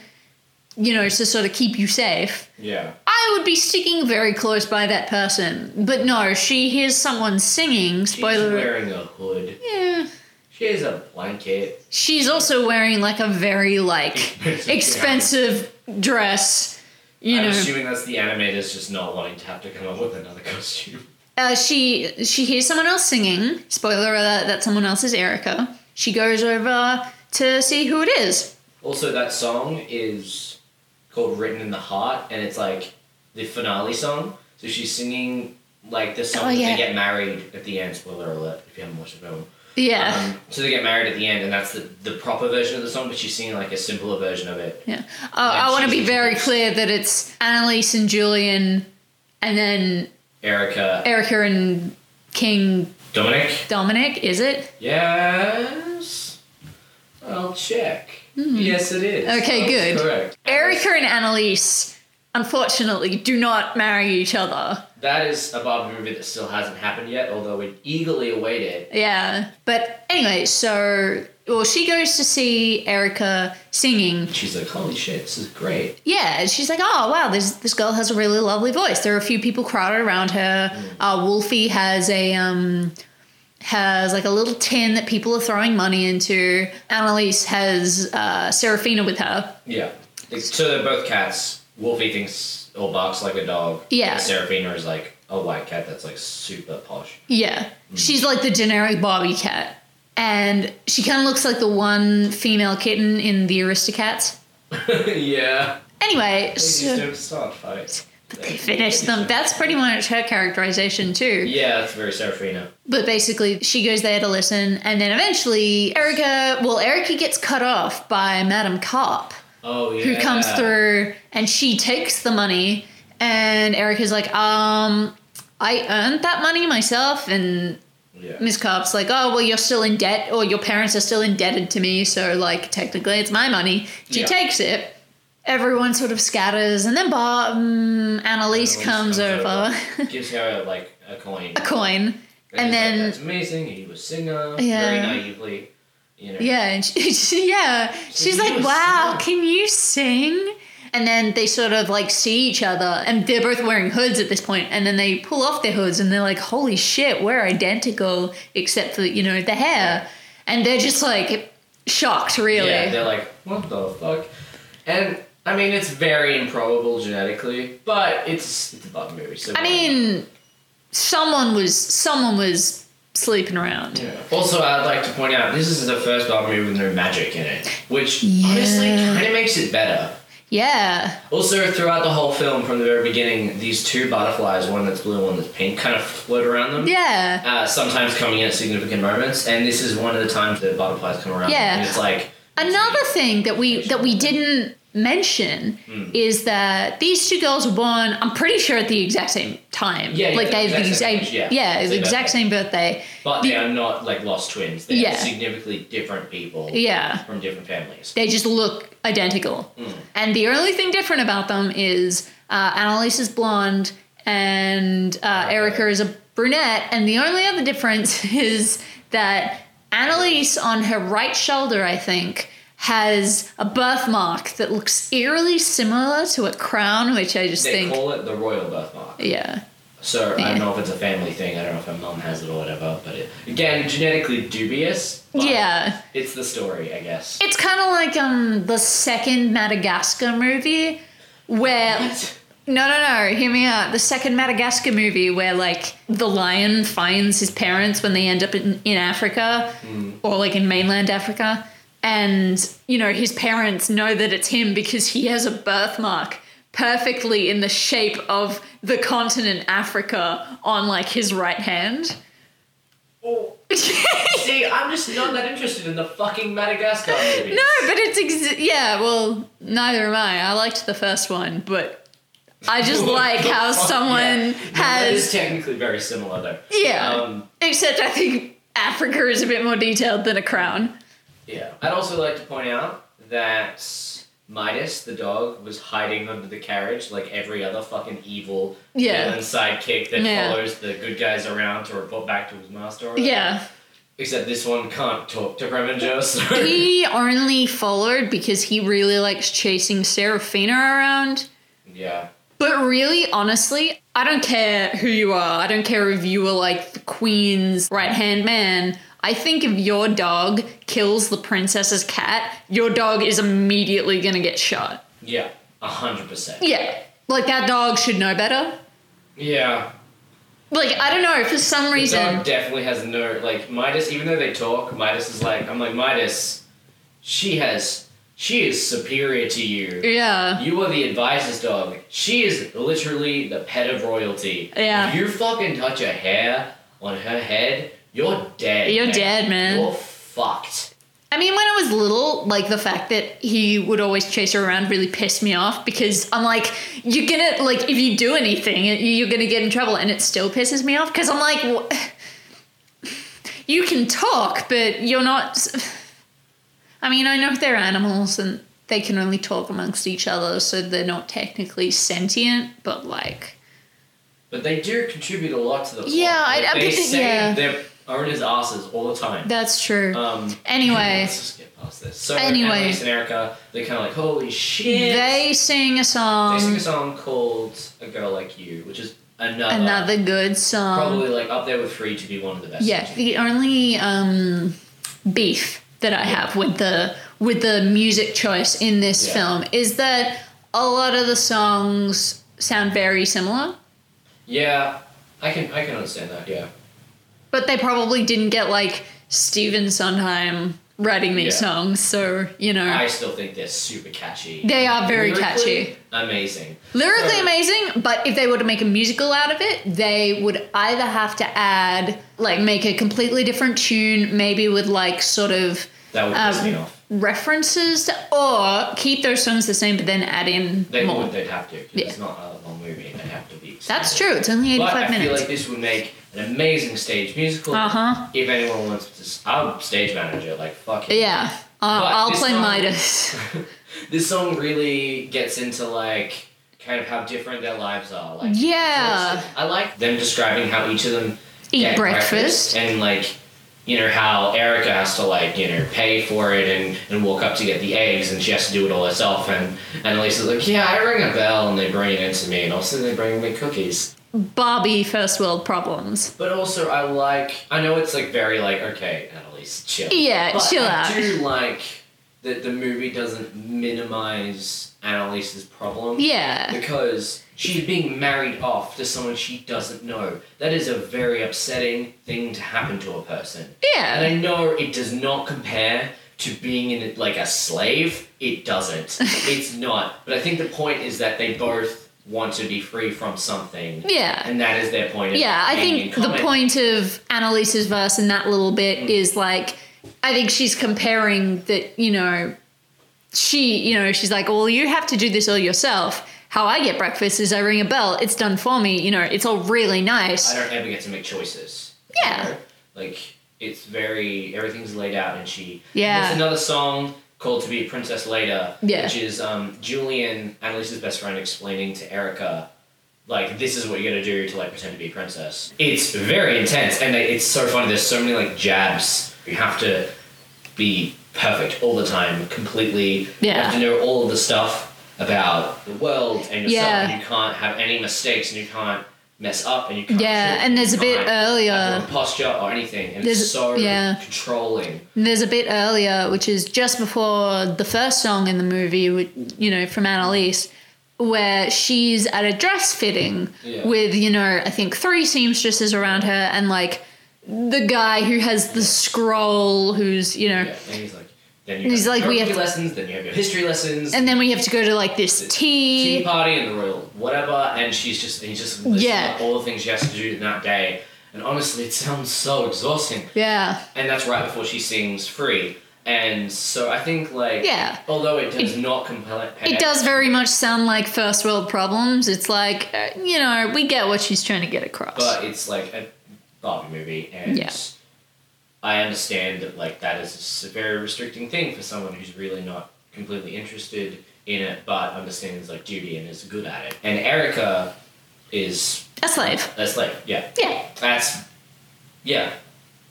Speaker 4: you know, to sort of keep you safe.
Speaker 3: Yeah.
Speaker 4: I would be sticking very close by that person, but no, she hears someone singing.
Speaker 3: She's
Speaker 4: Spoiler.
Speaker 3: wearing a hood.
Speaker 4: Yeah.
Speaker 3: She has a blanket. [LAUGHS]
Speaker 4: She's also wearing like a very like
Speaker 3: Expensive
Speaker 4: expensive dress. You
Speaker 3: I'm
Speaker 4: know,
Speaker 3: assuming that's the animators just not wanting to have to come up with another [LAUGHS] costume.
Speaker 4: uh, she she hears someone else singing. Spoiler alert: that someone else is Erica. She goes over to see who it is.
Speaker 3: Also, that song is called Written in the Heart, and it's like the finale song. So she's singing like the song
Speaker 4: Oh,
Speaker 3: that
Speaker 4: yeah.
Speaker 3: they get married at the end. Spoiler alert if you haven't watched the film.
Speaker 4: Yeah.
Speaker 3: Um, so they get married at the end, and that's the, the proper version of the song, but she's singing like a simpler version of it.
Speaker 4: Yeah. Oh, I want to be
Speaker 3: she's-
Speaker 4: very clear that it's Annalise and Julian, and then
Speaker 3: Erica,
Speaker 4: Erica and King
Speaker 3: Dominic,
Speaker 4: Dominic. Is it?
Speaker 3: yes. I'll check. Yes, it is.
Speaker 4: Hmm. Okay,
Speaker 3: That was
Speaker 4: good.
Speaker 3: Correct.
Speaker 4: Erica and Annalise, unfortunately, do not marry each other.
Speaker 3: That is a Barbie movie that still hasn't happened yet, although we eagerly await it.
Speaker 4: Yeah. But anyway, so well, she goes to see Erica singing.
Speaker 3: She's like, holy shit, this is great.
Speaker 4: Yeah, and she's like, oh wow, this this girl has a really lovely voice. There are a few people crowded around her. Uh, Wolfie has a um, has like a little tin that people are throwing money into. Annalise has uh, Serafina with her.
Speaker 3: Yeah. So they're both cats. Wolfie thinks or barks like a dog.
Speaker 4: Yeah.
Speaker 3: And Serafina is like a white cat that's like super [LAUGHS] posh.
Speaker 4: Yeah, she's like the generic Bobby cat, and she kind of looks like the one female kitten in the Aristocats.
Speaker 3: yeah.
Speaker 4: Anyway,
Speaker 3: Please
Speaker 4: so,
Speaker 3: don't start fights.
Speaker 4: but they finished them. That's pretty much her characterization too.
Speaker 3: Yeah, that's very Serafina.
Speaker 4: But basically, she goes there to listen, and then eventually, Erica, well, Erica gets cut off by Madame Cop,
Speaker 3: Oh yeah.
Speaker 4: who comes through and she takes the money. And Erica's like, um, I earned that money myself. And
Speaker 3: Yeah.
Speaker 4: [LAUGHS] Miss Cop's like, oh, well, you're still in debt, or your parents are still indebted to me, so like, technically, it's my money. She
Speaker 3: Yeah.
Speaker 4: takes it. Everyone sort of scatters, and then Bob, um, Annalise,
Speaker 3: Annalise
Speaker 4: comes,
Speaker 3: comes
Speaker 4: over, [LAUGHS]
Speaker 3: Gives her like a coin.
Speaker 4: a coin. And
Speaker 3: he's
Speaker 4: then-
Speaker 3: like, that's amazing. He was singer. Very
Speaker 4: Yeah.
Speaker 3: naively. You know.
Speaker 4: Yeah, and she, [LAUGHS] she- yeah. She's
Speaker 3: you
Speaker 4: like,
Speaker 3: must
Speaker 4: "Wow,
Speaker 3: sing."
Speaker 4: can you sing?" And then they sort of like see each other, and they're both wearing hoods at this point. And then they pull off their hoods, and they're like, "Holy shit, we're identical, except for you know the hair." And they're just like shocked, really.
Speaker 3: Yeah, they're like, what the fuck? And I mean, it's very improbable genetically, but it's it's a bug movie. So
Speaker 4: I mean, someone was someone was sleeping around.
Speaker 3: Yeah. Also, I'd like to point out this is the first bug movie with no magic in it, which honestly
Speaker 4: Yeah.
Speaker 3: kind of makes it better.
Speaker 4: Yeah,
Speaker 3: Also, throughout the whole film, from the very beginning, these two butterflies, one that's blue, one that's pink, kind of float around them.
Speaker 4: yeah,
Speaker 3: Uh, sometimes coming in at significant moments, and this is one of the times that butterflies come around.
Speaker 4: Yeah.
Speaker 3: And it's like
Speaker 4: Another thing that we that we didn't mention
Speaker 3: Hmm.
Speaker 4: is that these two girls were born. I'm pretty sure at the exact same time.
Speaker 3: Yeah, yeah,
Speaker 4: like they
Speaker 3: the
Speaker 4: have the
Speaker 3: exact same
Speaker 4: exact
Speaker 3: age, yeah.
Speaker 4: yeah, the
Speaker 3: Same
Speaker 4: exact
Speaker 3: birthday.
Speaker 4: same birthday.
Speaker 3: But they are not like lost twins. They
Speaker 4: Yeah.
Speaker 3: are significantly different people
Speaker 4: Yeah,
Speaker 3: from different families.
Speaker 4: they just look identical.
Speaker 3: Mm.
Speaker 4: And the only thing different about them is uh, Annalise is blonde and uh, Erica is a brunette. And the only other difference [LAUGHS] is that Annalise on her right shoulder, I think, has a birthmark that looks eerily similar to a crown, which I just
Speaker 3: They
Speaker 4: think,
Speaker 3: call it the royal birthmark.
Speaker 4: yeah.
Speaker 3: So I
Speaker 4: Yeah.
Speaker 3: don't know if it's a family thing. I don't know if her mom has it or whatever. But it, again, genetically dubious. But
Speaker 4: Yeah.
Speaker 3: It's the story, I guess.
Speaker 4: It's kind of like um the second Madagascar movie where
Speaker 3: What?
Speaker 4: no no no hear me out the second Madagascar movie where like the lion finds his parents when they end up in, in Africa or like in mainland Africa and you know his parents know that it's him because he has a birthmark perfectly in the shape of the continent Africa on like his right hand
Speaker 3: [LAUGHS]
Speaker 4: [LAUGHS]
Speaker 3: Oh, see, I'm just not that interested in the fucking Madagascar movie.
Speaker 4: [LAUGHS] No, but it's ex- yeah. Well, neither am I. I liked the first one, but
Speaker 3: [LAUGHS]
Speaker 4: I just like how someone
Speaker 3: It is
Speaker 4: has
Speaker 3: technically very similar, though.
Speaker 4: yeah.
Speaker 3: Um,
Speaker 4: Except I think Africa is a bit more detailed than a crown.
Speaker 3: yeah. I'd also like to point out that Midas, the dog, was hiding under the carriage like every other fucking evil
Speaker 4: Yeah.
Speaker 3: villain sidekick that
Speaker 4: Yeah.
Speaker 3: follows the good guys around to report back to his master. or whatever.
Speaker 4: Yeah,
Speaker 3: Except this one can't talk to Preminger, [LAUGHS] so
Speaker 4: he only followed because he really likes chasing Serafina around.
Speaker 3: yeah.
Speaker 4: But really, honestly, I don't care who you are. I don't care if you are like the queen's right hand man. I think if your dog kills the princess's cat, your dog is immediately gonna get shot.
Speaker 3: Yeah. A hundred percent.
Speaker 4: Yeah. Like that dog should know better.
Speaker 3: Yeah.
Speaker 4: Like, I don't know, for some
Speaker 3: The
Speaker 4: reason.
Speaker 3: dog definitely has no like Midas, even though they talk, Midas is like I'm like, Midas, she has She is superior to you.
Speaker 4: Yeah.
Speaker 3: You are the advisor's dog. She is literally the pet of royalty.
Speaker 4: Yeah.
Speaker 3: If you fucking touch a hair on her head, you're dead.
Speaker 4: You're dead, man.
Speaker 3: You're fucked.
Speaker 4: I mean, when I was little, like the fact that he would always chase her around really pissed me off because I'm like, you're gonna, like, if you do anything, you're gonna get in trouble. And it still pisses me off because I'm like, "Wha- [SIGHS] you can talk, but you're not. s- [SIGHS] I mean, I know they're animals and they can only talk amongst each other, so they're not technically sentient, but like,
Speaker 3: But they do contribute a lot to the plot.
Speaker 4: Yeah, I-
Speaker 3: Like,
Speaker 4: I
Speaker 3: they
Speaker 4: bet-
Speaker 3: save
Speaker 4: yeah.
Speaker 3: their owners' asses all the time.
Speaker 4: that's true.
Speaker 3: Um, [LAUGHS]
Speaker 4: anyway.
Speaker 3: let's just get past this. So
Speaker 4: Anyway.
Speaker 3: Annalise and Erica, they're kind of like, holy shit.
Speaker 4: They um, sing a song,
Speaker 3: They sing a song called "A Girl Like You," which is another,
Speaker 4: another good song.
Speaker 3: probably like up there with "Free" to be one of the best.
Speaker 4: Yeah, the only um, beef that I have with the with the music choice in this
Speaker 3: Yeah.
Speaker 4: film is that a lot of the songs sound very similar,
Speaker 3: Yeah, I can I can understand that. Yeah,
Speaker 4: but they probably didn't get like Steven Sondheim writing these
Speaker 3: Yeah.
Speaker 4: songs, so you know
Speaker 3: I still think they're super catchy.
Speaker 4: they are very
Speaker 3: Lyrically,
Speaker 4: catchy.
Speaker 3: Amazing.
Speaker 4: Lyrically
Speaker 3: So-
Speaker 4: amazing, but if they were to make a musical out of it, they would either have to add, like, make a completely different tune, maybe with, like, sort of
Speaker 3: That would piss
Speaker 4: Um,
Speaker 3: me off.
Speaker 4: references to, or keep those songs the same but then add in
Speaker 3: They
Speaker 4: more.
Speaker 3: would. They'd have to. 'cause
Speaker 4: Yeah.
Speaker 3: It's not a long movie. They have to be.
Speaker 4: That's
Speaker 3: extended.
Speaker 4: true. It's only
Speaker 3: But
Speaker 4: 85
Speaker 3: I feel
Speaker 4: minutes.
Speaker 3: like this would make an amazing stage musical.
Speaker 4: Uh-huh.
Speaker 3: If anyone wants to, s- I'm stage manager. Like fuck it.
Speaker 4: yeah. Uh,
Speaker 3: But
Speaker 4: I'll
Speaker 3: this
Speaker 4: play
Speaker 3: song-
Speaker 4: Midas.
Speaker 3: [LAUGHS] this song really gets into like kind of how different their lives are. Like,
Speaker 4: [LAUGHS] Yeah.
Speaker 3: I like them describing how each of them
Speaker 4: Eat
Speaker 3: get
Speaker 4: breakfast.
Speaker 3: and like you know how Erica has to like you know pay for it and and walk up to get the eggs and she has to do it all herself and and Elisa's like yeah I ring a bell and they bring it into me and also they bring me cookies.
Speaker 4: Barbie First World Problems.
Speaker 3: But also I like I know it's like very like okay Annalise chill.
Speaker 4: Yeah,
Speaker 3: But
Speaker 4: chill
Speaker 3: I
Speaker 4: out.
Speaker 3: do like that the movie doesn't minimize Annalise's problem.
Speaker 4: Yeah.
Speaker 3: Because she's being married off to someone she doesn't know. That is a very upsetting thing to happen to a person. And
Speaker 4: Yeah.
Speaker 3: I know it does not compare to being in a, like a slave. It
Speaker 4: [LAUGHS]
Speaker 3: doesn't. it's not. But I think the point is that they both want to be free from something.
Speaker 4: Yeah.
Speaker 3: And that is their point. Of
Speaker 4: Yeah, I
Speaker 3: being
Speaker 4: think
Speaker 3: in
Speaker 4: the
Speaker 3: common.
Speaker 4: point of Annalise's verse in that little bit is like, I think she's comparing that, you know, she, you know, she's like, well, you have to do this all yourself. How I get breakfast is I ring a bell, it's done for me, you know, it's all really nice.
Speaker 3: I don't ever get to make choices.
Speaker 4: Yeah.
Speaker 3: You know? Like it's very everything's laid out, and she.
Speaker 4: Yeah.
Speaker 3: There's another song called "To Be a Princess Later,"
Speaker 4: Yeah.
Speaker 3: which is um, Julian, Annalise's best friend, explaining to Erica. Like this is what you're gonna do to like pretend to be a princess. It's very intense and like, it's so funny. There's so many like jabs. You have to be perfect all the time, completely. You
Speaker 4: Yeah.
Speaker 3: have to know all of the stuff about the world and yourself.
Speaker 4: Yeah.
Speaker 3: And you can't have any mistakes and you can't mess up and you can't.
Speaker 4: Yeah,
Speaker 3: trip,
Speaker 4: and there's a
Speaker 3: you
Speaker 4: bit
Speaker 3: can't have the
Speaker 4: earlier.
Speaker 3: wrong posture or anything, and it's
Speaker 4: uh, There's-
Speaker 3: so
Speaker 4: yeah.
Speaker 3: controlling.
Speaker 4: There's a bit earlier, which is just before the first song in the movie, whi- you know, from Annalise, where she's at a dress fitting
Speaker 3: Yeah.
Speaker 4: with, you know, I think three seamstresses around her and like the guy who has the scroll who's, you know,
Speaker 3: Yeah, and he's like, then you
Speaker 4: And he's
Speaker 3: have
Speaker 4: like,
Speaker 3: your
Speaker 4: we have
Speaker 3: geography
Speaker 4: to-
Speaker 3: lessons, then you have your history lessons,
Speaker 4: and then we have to go to like this tea.
Speaker 3: tea party and the royal whatever, and she's just and he just lists
Speaker 4: Yeah.
Speaker 3: up all the things she has to do in that day. And honestly, it sounds so exhausting.
Speaker 4: Yeah.
Speaker 3: And that's right before she sings "Free." And so I think like
Speaker 4: Yeah.
Speaker 3: although it does not compel
Speaker 4: It does very much sound like first world problems. It's like, uh, you know, we get what she's trying to get across.
Speaker 3: but it's like a Barbie movie, and
Speaker 4: Yeah.
Speaker 3: I understand that like that is a very restricting thing for someone who's really not completely interested in it, but understands like duty and is good at it. And Erica is
Speaker 4: a slave.
Speaker 3: that's like yeah,
Speaker 4: Yeah.
Speaker 3: that's yeah,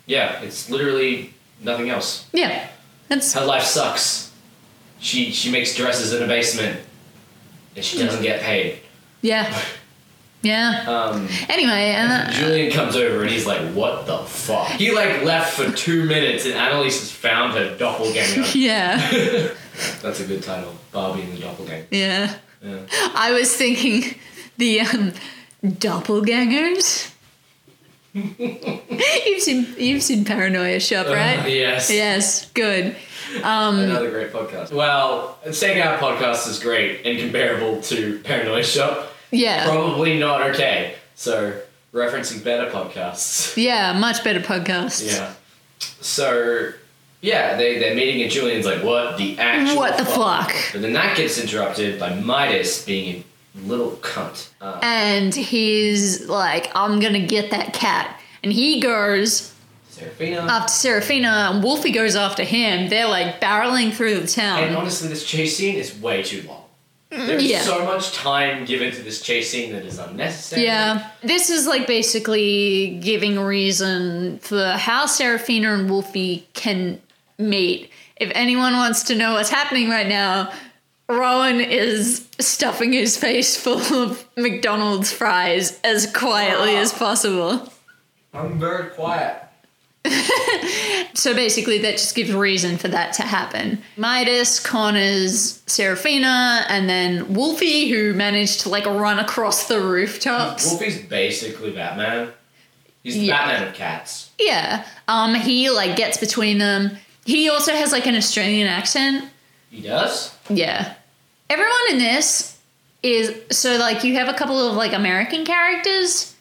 Speaker 3: yeah. It's literally nothing else.
Speaker 4: Yeah. That's
Speaker 3: Her life sucks. She she makes dresses in a basement, and she doesn't get paid.
Speaker 4: yeah. Yeah.
Speaker 3: Um,
Speaker 4: Anyway, and that,
Speaker 3: Julian comes over and he's like, "What the fuck?" He like left for two minutes, and Annalise has found her doppelganger.
Speaker 4: [LAUGHS] yeah.
Speaker 3: That's a good title, Barbie and the doppelganger.
Speaker 4: Yeah.
Speaker 3: Yeah.
Speaker 4: I was thinking the um, doppelgangers. [LAUGHS] You've seen you've seen Paranoia Shop,
Speaker 3: Uh-huh. [LAUGHS]
Speaker 4: right?
Speaker 3: yes.
Speaker 4: Yes, good.
Speaker 3: Another great podcast. Well, Second Out podcast is great and comparable to Paranoia Shop.
Speaker 4: Yeah.
Speaker 3: Probably not okay. So referencing better podcasts.
Speaker 4: Yeah, much better podcast.
Speaker 3: Yeah. So yeah, they they're meeting and Julian's like, what the actual
Speaker 4: What the fuck?
Speaker 3: But then that gets interrupted by Midas being a little cunt. Uh,
Speaker 4: And he's like, I'm gonna get that cat. And he goes
Speaker 3: Serafina.
Speaker 4: after Serafina and Wolfie goes after him. They're like barreling through the
Speaker 3: and
Speaker 4: town.
Speaker 3: honestly, this chase scene is way too long. There's
Speaker 4: Mm, yeah.
Speaker 3: so much time given to this chase scene that is unnecessary.
Speaker 4: Yeah. This is like basically giving reason for how Serafina and Wolfie can mate. If anyone wants to know what's happening right now, Rowan is stuffing his face full of McDonald's fries as quietly as possible.
Speaker 3: I'm very quiet.
Speaker 4: So basically, that just gives reason for that to happen. Midas corners Serafina, and then Wolfie, who managed to like run across the rooftops.
Speaker 3: Wolfie's basically Batman. He's the
Speaker 4: Yeah.
Speaker 3: Batman of cats.
Speaker 4: Yeah. Um, he like gets between them. He also has like an Australian accent.
Speaker 3: He does?
Speaker 4: Yeah. Everyone in this is so like you have a couple of like American characters,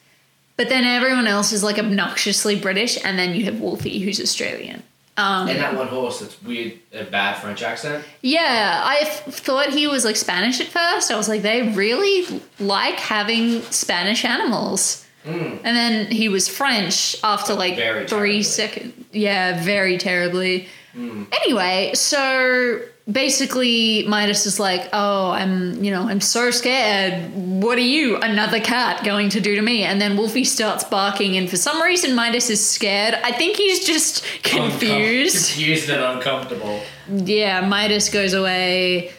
Speaker 4: but then everyone else is like obnoxiously British, and then you have Wolfie, who's Australian. Um,
Speaker 3: And that one horse that's weird, a bad French accent.
Speaker 4: Yeah, I f- thought he was like Spanish at first. I was like, they really like having Spanish animals. And then he was French after like
Speaker 3: Hmm. Very terribly. Hmm.
Speaker 4: three seconds. Yeah, very terribly. Anyway, so basically Midas is like, oh, I'm, you know, I'm so scared. What are you, another cat, going to do to me? And then Wolfie starts barking, and for some reason Midas is scared. I think he's just
Speaker 3: Oh,
Speaker 4: confused.
Speaker 3: Uncom- confused and uncomfortable.
Speaker 4: Yeah, Midas goes away.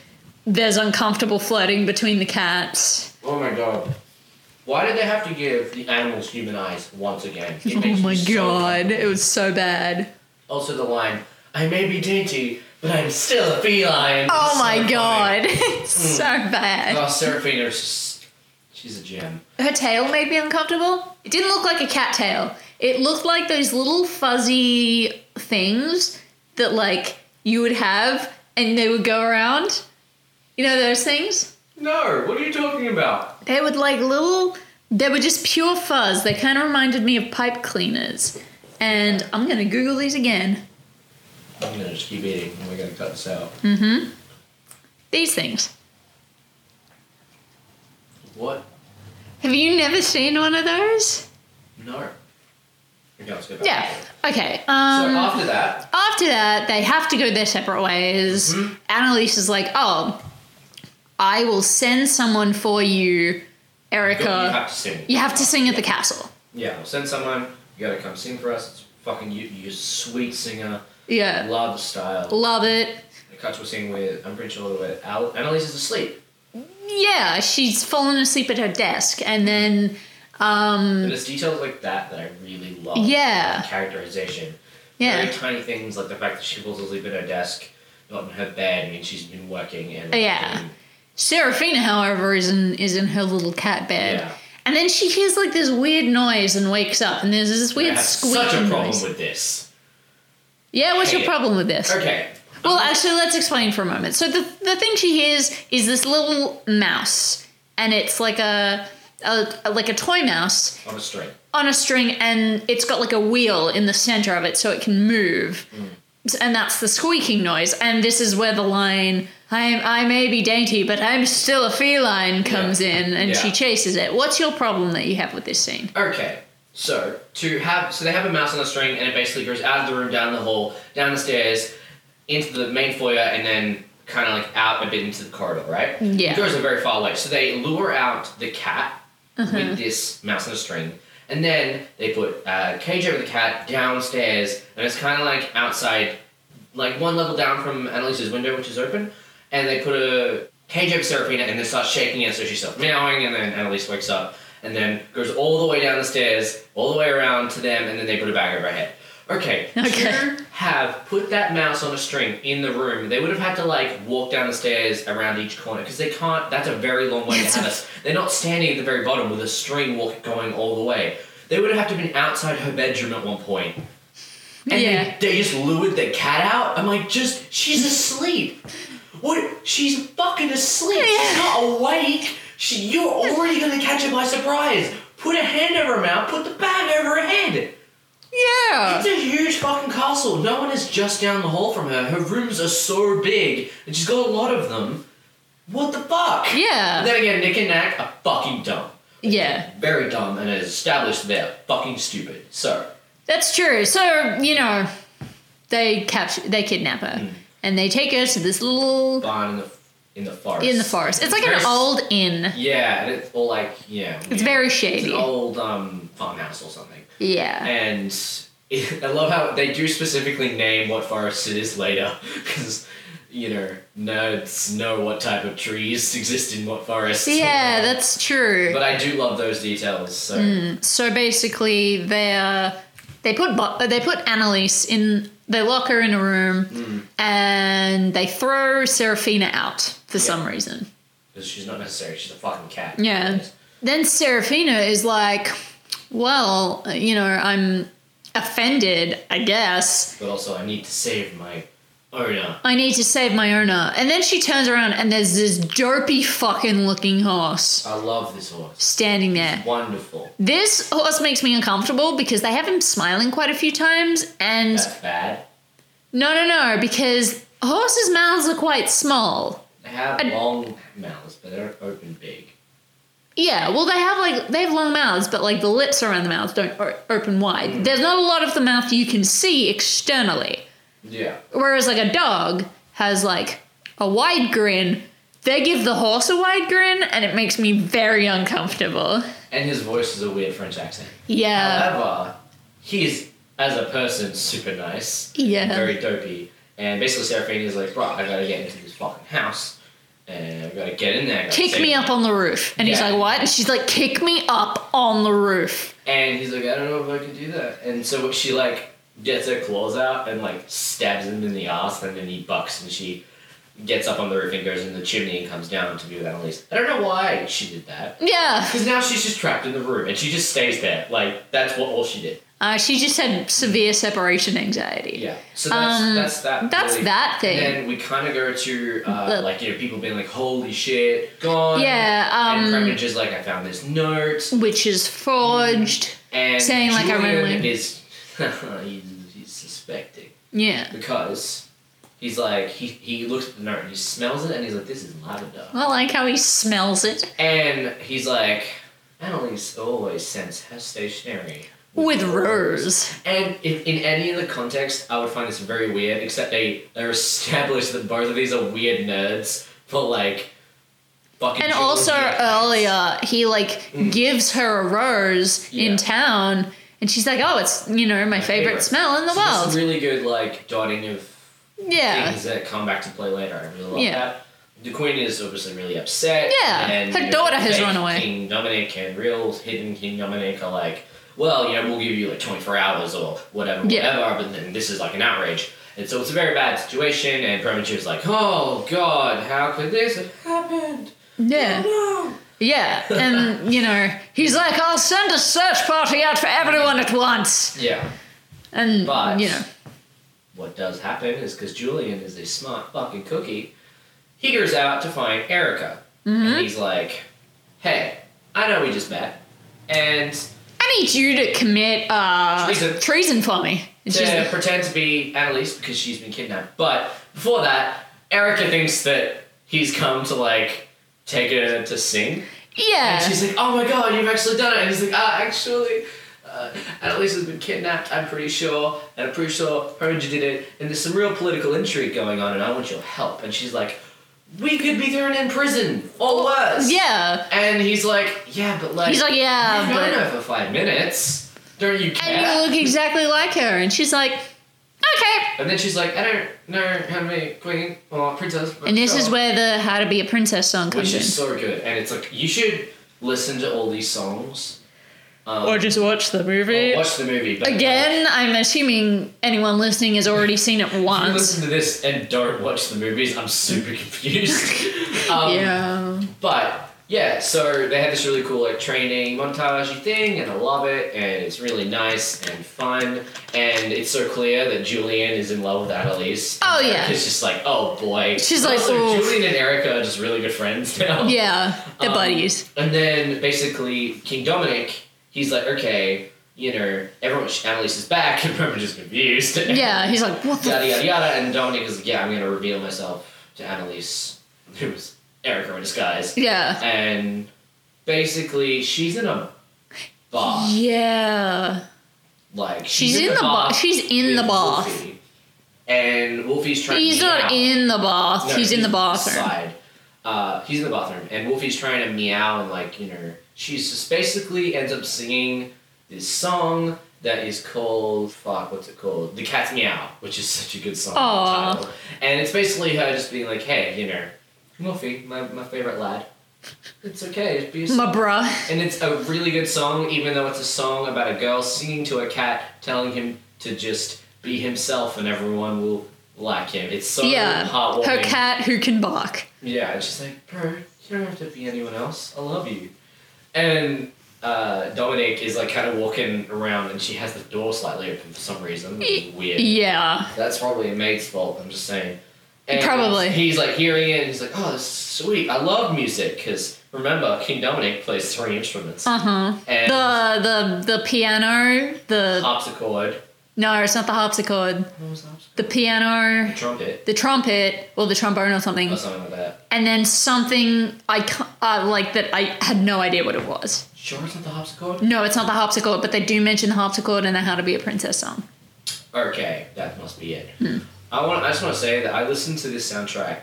Speaker 4: There's uncomfortable flirting between the cats.
Speaker 3: Oh my god. Why did they have to give the animals human eyes once again? It makes
Speaker 4: [LAUGHS] oh
Speaker 3: me
Speaker 4: my
Speaker 3: so-
Speaker 4: god, it was so bad.
Speaker 3: Also, the line, I may be dainty, but I'm still a feline.
Speaker 4: Oh
Speaker 3: So
Speaker 4: my
Speaker 3: funny.
Speaker 4: god, [LAUGHS] it's so bad.
Speaker 3: Oh, Serafina's just. She's a gem.
Speaker 4: Her tail made me uncomfortable. It didn't look like a cat tail. It looked like those little fuzzy things that like you would have and they would go around. You know those things?
Speaker 3: No, what are you talking about?
Speaker 4: They would like little. They were just pure fuzz. They kind of reminded me of pipe cleaners. And I'm gonna Google these again.
Speaker 3: I'm gonna just keep eating and we're gonna cut this out.
Speaker 4: These things.
Speaker 3: What?
Speaker 4: Have you never seen one of those?
Speaker 3: No. Okay, let's go back.
Speaker 4: Yeah. Okay.
Speaker 3: So uh,
Speaker 4: Um,
Speaker 3: after that,
Speaker 4: after that, they have to go their separate ways.
Speaker 3: Mm-hmm.
Speaker 4: Annalise is like, "Oh, I will send someone for you,
Speaker 3: you
Speaker 4: Erica.
Speaker 3: have to sing.
Speaker 4: You have to sing at the castle."
Speaker 3: Yeah, we'll send someone. You gotta come sing for us. It's fucking you, you sweet singer.
Speaker 4: Yeah.
Speaker 3: Love the style.
Speaker 4: Love it.
Speaker 3: The cuts we're singing with, I'm pretty sure that Al- Annalise is asleep.
Speaker 4: Yeah, she's fallen asleep at her desk, and then. Um,
Speaker 3: And it's details like that that I really love.
Speaker 4: Yeah.
Speaker 3: Like, Characterization.
Speaker 4: Yeah.
Speaker 3: Very tiny things like the fact that she falls asleep at her desk, not in her bed, means she's been working and. like,
Speaker 4: Yeah.
Speaker 3: doing-
Speaker 4: Serafina, however, is in is in her little cat bed.
Speaker 3: Yeah.
Speaker 4: And then she hears like this weird noise and wakes up, and there's this
Speaker 3: I
Speaker 4: weird
Speaker 3: have
Speaker 4: squeak
Speaker 3: such a problem
Speaker 4: noise.
Speaker 3: with this.
Speaker 4: yeah, what's your
Speaker 3: Hey.
Speaker 4: problem with this?
Speaker 3: Okay.
Speaker 4: Well, actually, let's explain for a moment. So the the thing she hears is this little mouse, and it's like a, a like a toy mouse
Speaker 3: On a string.
Speaker 4: on a string, and it's got like a wheel in the center of it, so it can move.
Speaker 3: Mm.
Speaker 4: And that's the squeaking noise. And this is where the line "I I may be dainty, but I'm still a feline" comes
Speaker 3: Yeah.
Speaker 4: in, and she
Speaker 3: Yeah.
Speaker 4: chases it. What's your problem that you have with this scene?
Speaker 3: Okay, so to have so they have a mouse on a string, and it basically goes out of the room, down the hall, down the stairs, into the main foyer, and then kind of like out a bit into the corridor, right?
Speaker 4: Yeah.
Speaker 3: It goes a very far away. So they lure out the cat
Speaker 4: Uh-huh.
Speaker 3: with this mouse on a string, and then they put a cage over the cat downstairs, and it's kind of like outside, like one level down from Annalise's window, which is open, and they put a cage over Seraphina, and then start shaking it, so she starts meowing, and then Annalise wakes up, and then goes all the way down the stairs, all the way around to them, and then they put a bag over her head. Okay.
Speaker 4: Okay.
Speaker 3: to have put that mouse on a string in the room, they would have had to like walk down the stairs around each corner because they can't. That's a very long way to have us. They're not standing at the very bottom with a string walk going all the way. They would have had to have been outside her bedroom at one point. And
Speaker 4: yeah.
Speaker 3: they, they just lured the cat out. I'm like, just she's asleep. What? She's fucking asleep. She's not awake. She, you're already gonna catch her by surprise. Put a hand over her mouth. Put the bag over her head.
Speaker 4: Yeah.
Speaker 3: It's a huge fucking castle. No one is just down the hall from her. Her rooms are so big, and she's got a lot of them. What the fuck? And
Speaker 4: Yeah.
Speaker 3: then again, Nick and Nack are fucking dumb.
Speaker 4: Yeah.
Speaker 3: Very dumb, and it's established they're fucking stupid. So,
Speaker 4: That's true. So, you know, they capture they kidnap her
Speaker 3: Mm.
Speaker 4: and they take her to this little
Speaker 3: barn in the in the forest.
Speaker 4: in the forest. It's like an
Speaker 3: Very-
Speaker 4: old inn.
Speaker 3: Yeah, and it's all like yeah.
Speaker 4: It's
Speaker 3: yeah.
Speaker 4: very
Speaker 3: It's an
Speaker 4: shady.
Speaker 3: old um, farmhouse or something.
Speaker 4: Yeah.
Speaker 3: And [LAUGHS] I love how they do specifically name what forest it is later, [LAUGHS] because you know nerds know what type of trees exist in what forests. Um,
Speaker 4: Yeah, that's true. Mm.
Speaker 3: But I do love those details. So
Speaker 4: So basically, they are they put Bo- they put Annalise in they lock her in a room and they throw Seraphina out for some reason.
Speaker 3: 'cause she's not necessary. She's a fucking cat.
Speaker 4: Yeah. Then Seraphina is like, well, you know, I'm offended, I guess.
Speaker 3: But also, I need to save my owner.
Speaker 4: I need to save my owner. And then she turns around and there's this dopey fucking looking horse
Speaker 3: I love this horse.
Speaker 4: standing there.
Speaker 3: Wonderful.
Speaker 4: This horse makes me uncomfortable because they have him smiling quite a few times and
Speaker 3: That's bad.
Speaker 4: No, no, no, because horses' mouths are quite small.
Speaker 3: They have
Speaker 4: I-
Speaker 3: long mouths, but they don't open big.
Speaker 4: Yeah, well, they have like they have long mouths, but like the lips around the mouth don't o- open wide. There's not a lot of the mouth you can see externally,
Speaker 3: Yeah.
Speaker 4: whereas like a dog has like a wide grin. They give the horse a wide grin, and it makes me very uncomfortable.
Speaker 3: And his voice is a weird French accent.
Speaker 4: Yeah,
Speaker 3: However, he's as a person super nice,
Speaker 4: yeah,
Speaker 3: very dopey, and basically Seraphina's like, "Bro, I gotta get into this fucking house, and I gotta get in there." I gotta
Speaker 4: kick
Speaker 3: save
Speaker 4: me
Speaker 3: you."
Speaker 4: up on the roof, and he's
Speaker 3: Yeah.
Speaker 4: like, "What?" And she's like, "Kick me up on the roof."
Speaker 3: And he's like, "I don't know if I can do that." And so she like gets her claws out and like stabs him in the ass, and then he bucks, and she gets up on the roof and goes in the chimney and comes down to be with Annalise. I don't know why she did that.
Speaker 4: Yeah,
Speaker 3: Because now she's just trapped in the room and she just stays there. Like, that's what all she did.
Speaker 4: uh, she just had severe separation anxiety.
Speaker 3: Yeah. So that's
Speaker 4: Um,
Speaker 3: that's that.
Speaker 4: that's
Speaker 3: really-
Speaker 4: that thing.
Speaker 3: And then we kind of go to uh,
Speaker 4: The-
Speaker 3: like you know people being like, "Holy shit, gone."
Speaker 4: Yeah,
Speaker 3: and
Speaker 4: um,
Speaker 3: Crackridge is like, "I found this note,"
Speaker 4: which is forged.
Speaker 3: and
Speaker 4: Saying, like, I
Speaker 3: Julian
Speaker 4: really-
Speaker 3: is [LAUGHS] he's, he's suspecting
Speaker 4: Yeah.
Speaker 3: because he's like he he looks at the note and he smells it and he's like, "This is lavender,"
Speaker 4: I like how he smells it
Speaker 3: and he's like, "Annalise always sends her stationery."
Speaker 4: with rose.
Speaker 3: And in, in any other context, I would find this very weird, except they are established that both of these are weird nerds for like fucking
Speaker 4: And
Speaker 3: children
Speaker 4: also
Speaker 3: to get facts.
Speaker 4: earlier, he like gives her a rose
Speaker 3: Mm. Yeah.
Speaker 4: in town, and she's like, "Oh, it's you know my, favorite,
Speaker 3: favorite.
Speaker 4: smell in the
Speaker 3: So this is
Speaker 4: world."
Speaker 3: really good like dotting of
Speaker 4: yeah,
Speaker 3: things that come back to play later. I really love
Speaker 4: Yeah.
Speaker 3: that. The queen is obviously really upset.
Speaker 4: Yeah,
Speaker 3: and
Speaker 4: her
Speaker 3: you know,
Speaker 4: daughter has
Speaker 3: fake
Speaker 4: run away.
Speaker 3: King Dominic and real hidden King Dominic are like, well, you know, we'll give you like 24 hours or whatever,
Speaker 4: Yeah.
Speaker 3: whatever, but then this is like an outrage. And so it's a very bad situation, and Premature is like, oh god, how could this have happened?
Speaker 4: yeah,
Speaker 3: No!
Speaker 4: yeah.
Speaker 3: [LAUGHS]
Speaker 4: And you know, he's like, "I'll send a search party out for everyone at once,"
Speaker 3: Yeah.
Speaker 4: and
Speaker 3: But
Speaker 4: you know,
Speaker 3: what does happen is because Julian is a smart fucking cookie, he goes out to find Erica. And he's like, hey, I know we just met. And
Speaker 4: I need you to commit uh,
Speaker 3: Treason.
Speaker 4: treason. for me. And she's
Speaker 3: to
Speaker 4: like,
Speaker 3: pretend to be Annalise because she's been kidnapped. But before that, Erica thinks that he's come to like take her to sing.
Speaker 4: yeah,
Speaker 3: And she's like, oh my god, you've actually done it. And he's like, ah, actually, uh, Annalise has been kidnapped, I'm pretty sure. And I'm pretty sure Herminger did it. And there's some real political intrigue going on, and I want your help. And she's like, we could be thrown in prison, or worse.
Speaker 4: yeah.
Speaker 3: And he's like, yeah, but like,
Speaker 4: He's like, "Yeah,
Speaker 3: I've known
Speaker 4: but."
Speaker 3: her for five minutes. Don't you care?
Speaker 4: and you look exactly like her. And she's like, okay.
Speaker 3: And then she's like, I don't know how to be queen or princess. but
Speaker 4: And this is
Speaker 3: sure."
Speaker 4: where the How to Be a Princess song comes
Speaker 3: Which
Speaker 4: in.
Speaker 3: is so good. And it's like, you should listen to all these songs. Um,
Speaker 4: Or just watch the movie.
Speaker 3: or watch the movie. But
Speaker 4: Again, I'm assuming anyone listening has already seen it
Speaker 3: If you
Speaker 4: once.
Speaker 3: listen to [LAUGHS]
Speaker 4: [LAUGHS]
Speaker 3: this and don't watch the movies, I'm super confused. um,
Speaker 4: Yeah.
Speaker 3: But yeah, so they had this really cool like training montage thing, and I love it, and it's really nice and fun, and it's so clear that Julian is in love with Annalise.
Speaker 4: Oh,
Speaker 3: And
Speaker 4: yeah.
Speaker 3: Erica's just like, oh boy.
Speaker 4: She's like,
Speaker 3: also,
Speaker 4: oof.
Speaker 3: Julian and Erica are just really good friends [LAUGHS] now.
Speaker 4: Yeah, they're
Speaker 3: Um,
Speaker 4: buddies.
Speaker 3: And then basically King Dominic, he's like, okay, you know, everyone, Annalise is back, [LAUGHS] and everyone's just confused.
Speaker 4: Yeah, he's like, what the?
Speaker 3: yada
Speaker 4: f-
Speaker 3: yada yada, and Dominic is like, yeah, I'm gonna reveal myself to Annalise, [LAUGHS] who's Erica in disguise,
Speaker 4: Yeah.
Speaker 3: and basically she's in a bar,
Speaker 4: Yeah.
Speaker 3: like
Speaker 4: She's in the bar. She's in the
Speaker 3: with
Speaker 4: bath.
Speaker 3: Wolfie, and Wolfie's trying.
Speaker 4: He's
Speaker 3: to
Speaker 4: not
Speaker 3: meow.
Speaker 4: in the bath.
Speaker 3: No,
Speaker 4: he's in the bathroom.
Speaker 3: Side. Uh, he's in the bathroom, and Wolfie's trying to meow and like you know, she's just basically ends up singing this song that is called fuck, what's it called? The Cat's Meow, which is such a good song
Speaker 4: Aw.
Speaker 3: title, and it's basically her just being like, hey, you know, Wolfie, my my favorite lad. It's okay, just be yourself.
Speaker 4: My bruh.
Speaker 3: And it's a really good song, even though it's a song about a girl singing to a cat, telling him to just be himself and everyone will like him. It's so
Speaker 4: yeah.
Speaker 3: heartwarming.
Speaker 4: Her cat who can bark.
Speaker 3: Yeah, and she's like, bro, you don't have to be anyone else. I love you. And uh, Dominic is like kind of walking around and she has the door slightly open for some reason, which is weird.
Speaker 4: Yeah.
Speaker 3: That's probably a maid's fault, I'm just saying. And
Speaker 4: Probably.
Speaker 3: He's like hearing it and he's like, oh, this is sweet. I love music because remember, King Dominic plays three instruments.
Speaker 4: Uh huh.
Speaker 3: and
Speaker 4: The the the piano.
Speaker 3: Oh.
Speaker 4: The
Speaker 3: harpsichord.
Speaker 4: no, it's not the harpsichord.
Speaker 3: What was the harpsichord?
Speaker 4: The piano.
Speaker 3: Trumpet.
Speaker 4: The trumpet or the trombone or something,
Speaker 3: Or something like that.
Speaker 4: and then something I ca- uh, like that I had no idea what it was.
Speaker 3: Sure, it's not the harpsichord?
Speaker 4: No, it's not the harpsichord, but they do mention the harpsichord in the How to Be a Princess song.
Speaker 3: Okay, that must be it.
Speaker 4: Hmm.
Speaker 3: I want. I just want to say that I listen to this soundtrack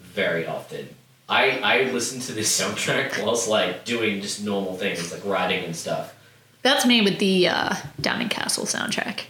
Speaker 3: very often. I I listen to this [LAUGHS] soundtrack whilst like doing just normal things like riding and stuff.
Speaker 4: That's me with the uh, Diamond Castle soundtrack.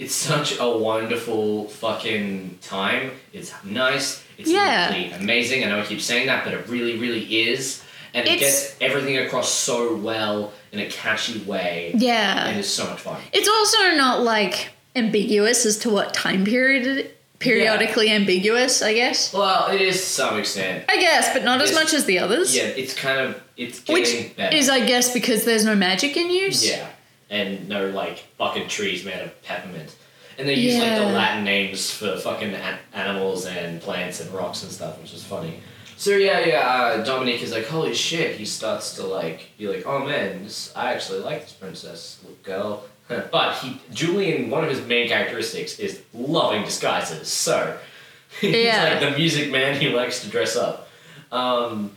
Speaker 3: It's such a wonderful fucking time. It's nice. It's
Speaker 4: Yeah.
Speaker 3: lovely, amazing. I know I keep saying that, but it really, really is. And it
Speaker 4: It's-
Speaker 3: gets everything across so well in a catchy way.
Speaker 4: Yeah.
Speaker 3: It is so much fun.
Speaker 4: It's also not like ambiguous as to what time period it periodically ambiguous, I guess.
Speaker 3: Well, it is to some extent.
Speaker 4: I guess, but not as
Speaker 3: Yes.
Speaker 4: much as the others.
Speaker 3: Yeah, it's kind of it's
Speaker 4: Which
Speaker 3: getting better.
Speaker 4: is, I guess, because there's no magic in use.
Speaker 3: Yeah, and no like fucking trees made of peppermint, and they use like the
Speaker 4: Yeah.
Speaker 3: Latin names for fucking a- animals and plants and rocks and stuff, which is funny. So yeah, yeah. Uh, Dominique is like, holy shit. He starts to like be like, oh man, this, I actually like this princess girl. [LAUGHS] but he, Julian, one of his main characteristics is loving disguises. So [LAUGHS] he's
Speaker 4: Yeah.
Speaker 3: like the music man. He likes to dress up. Um,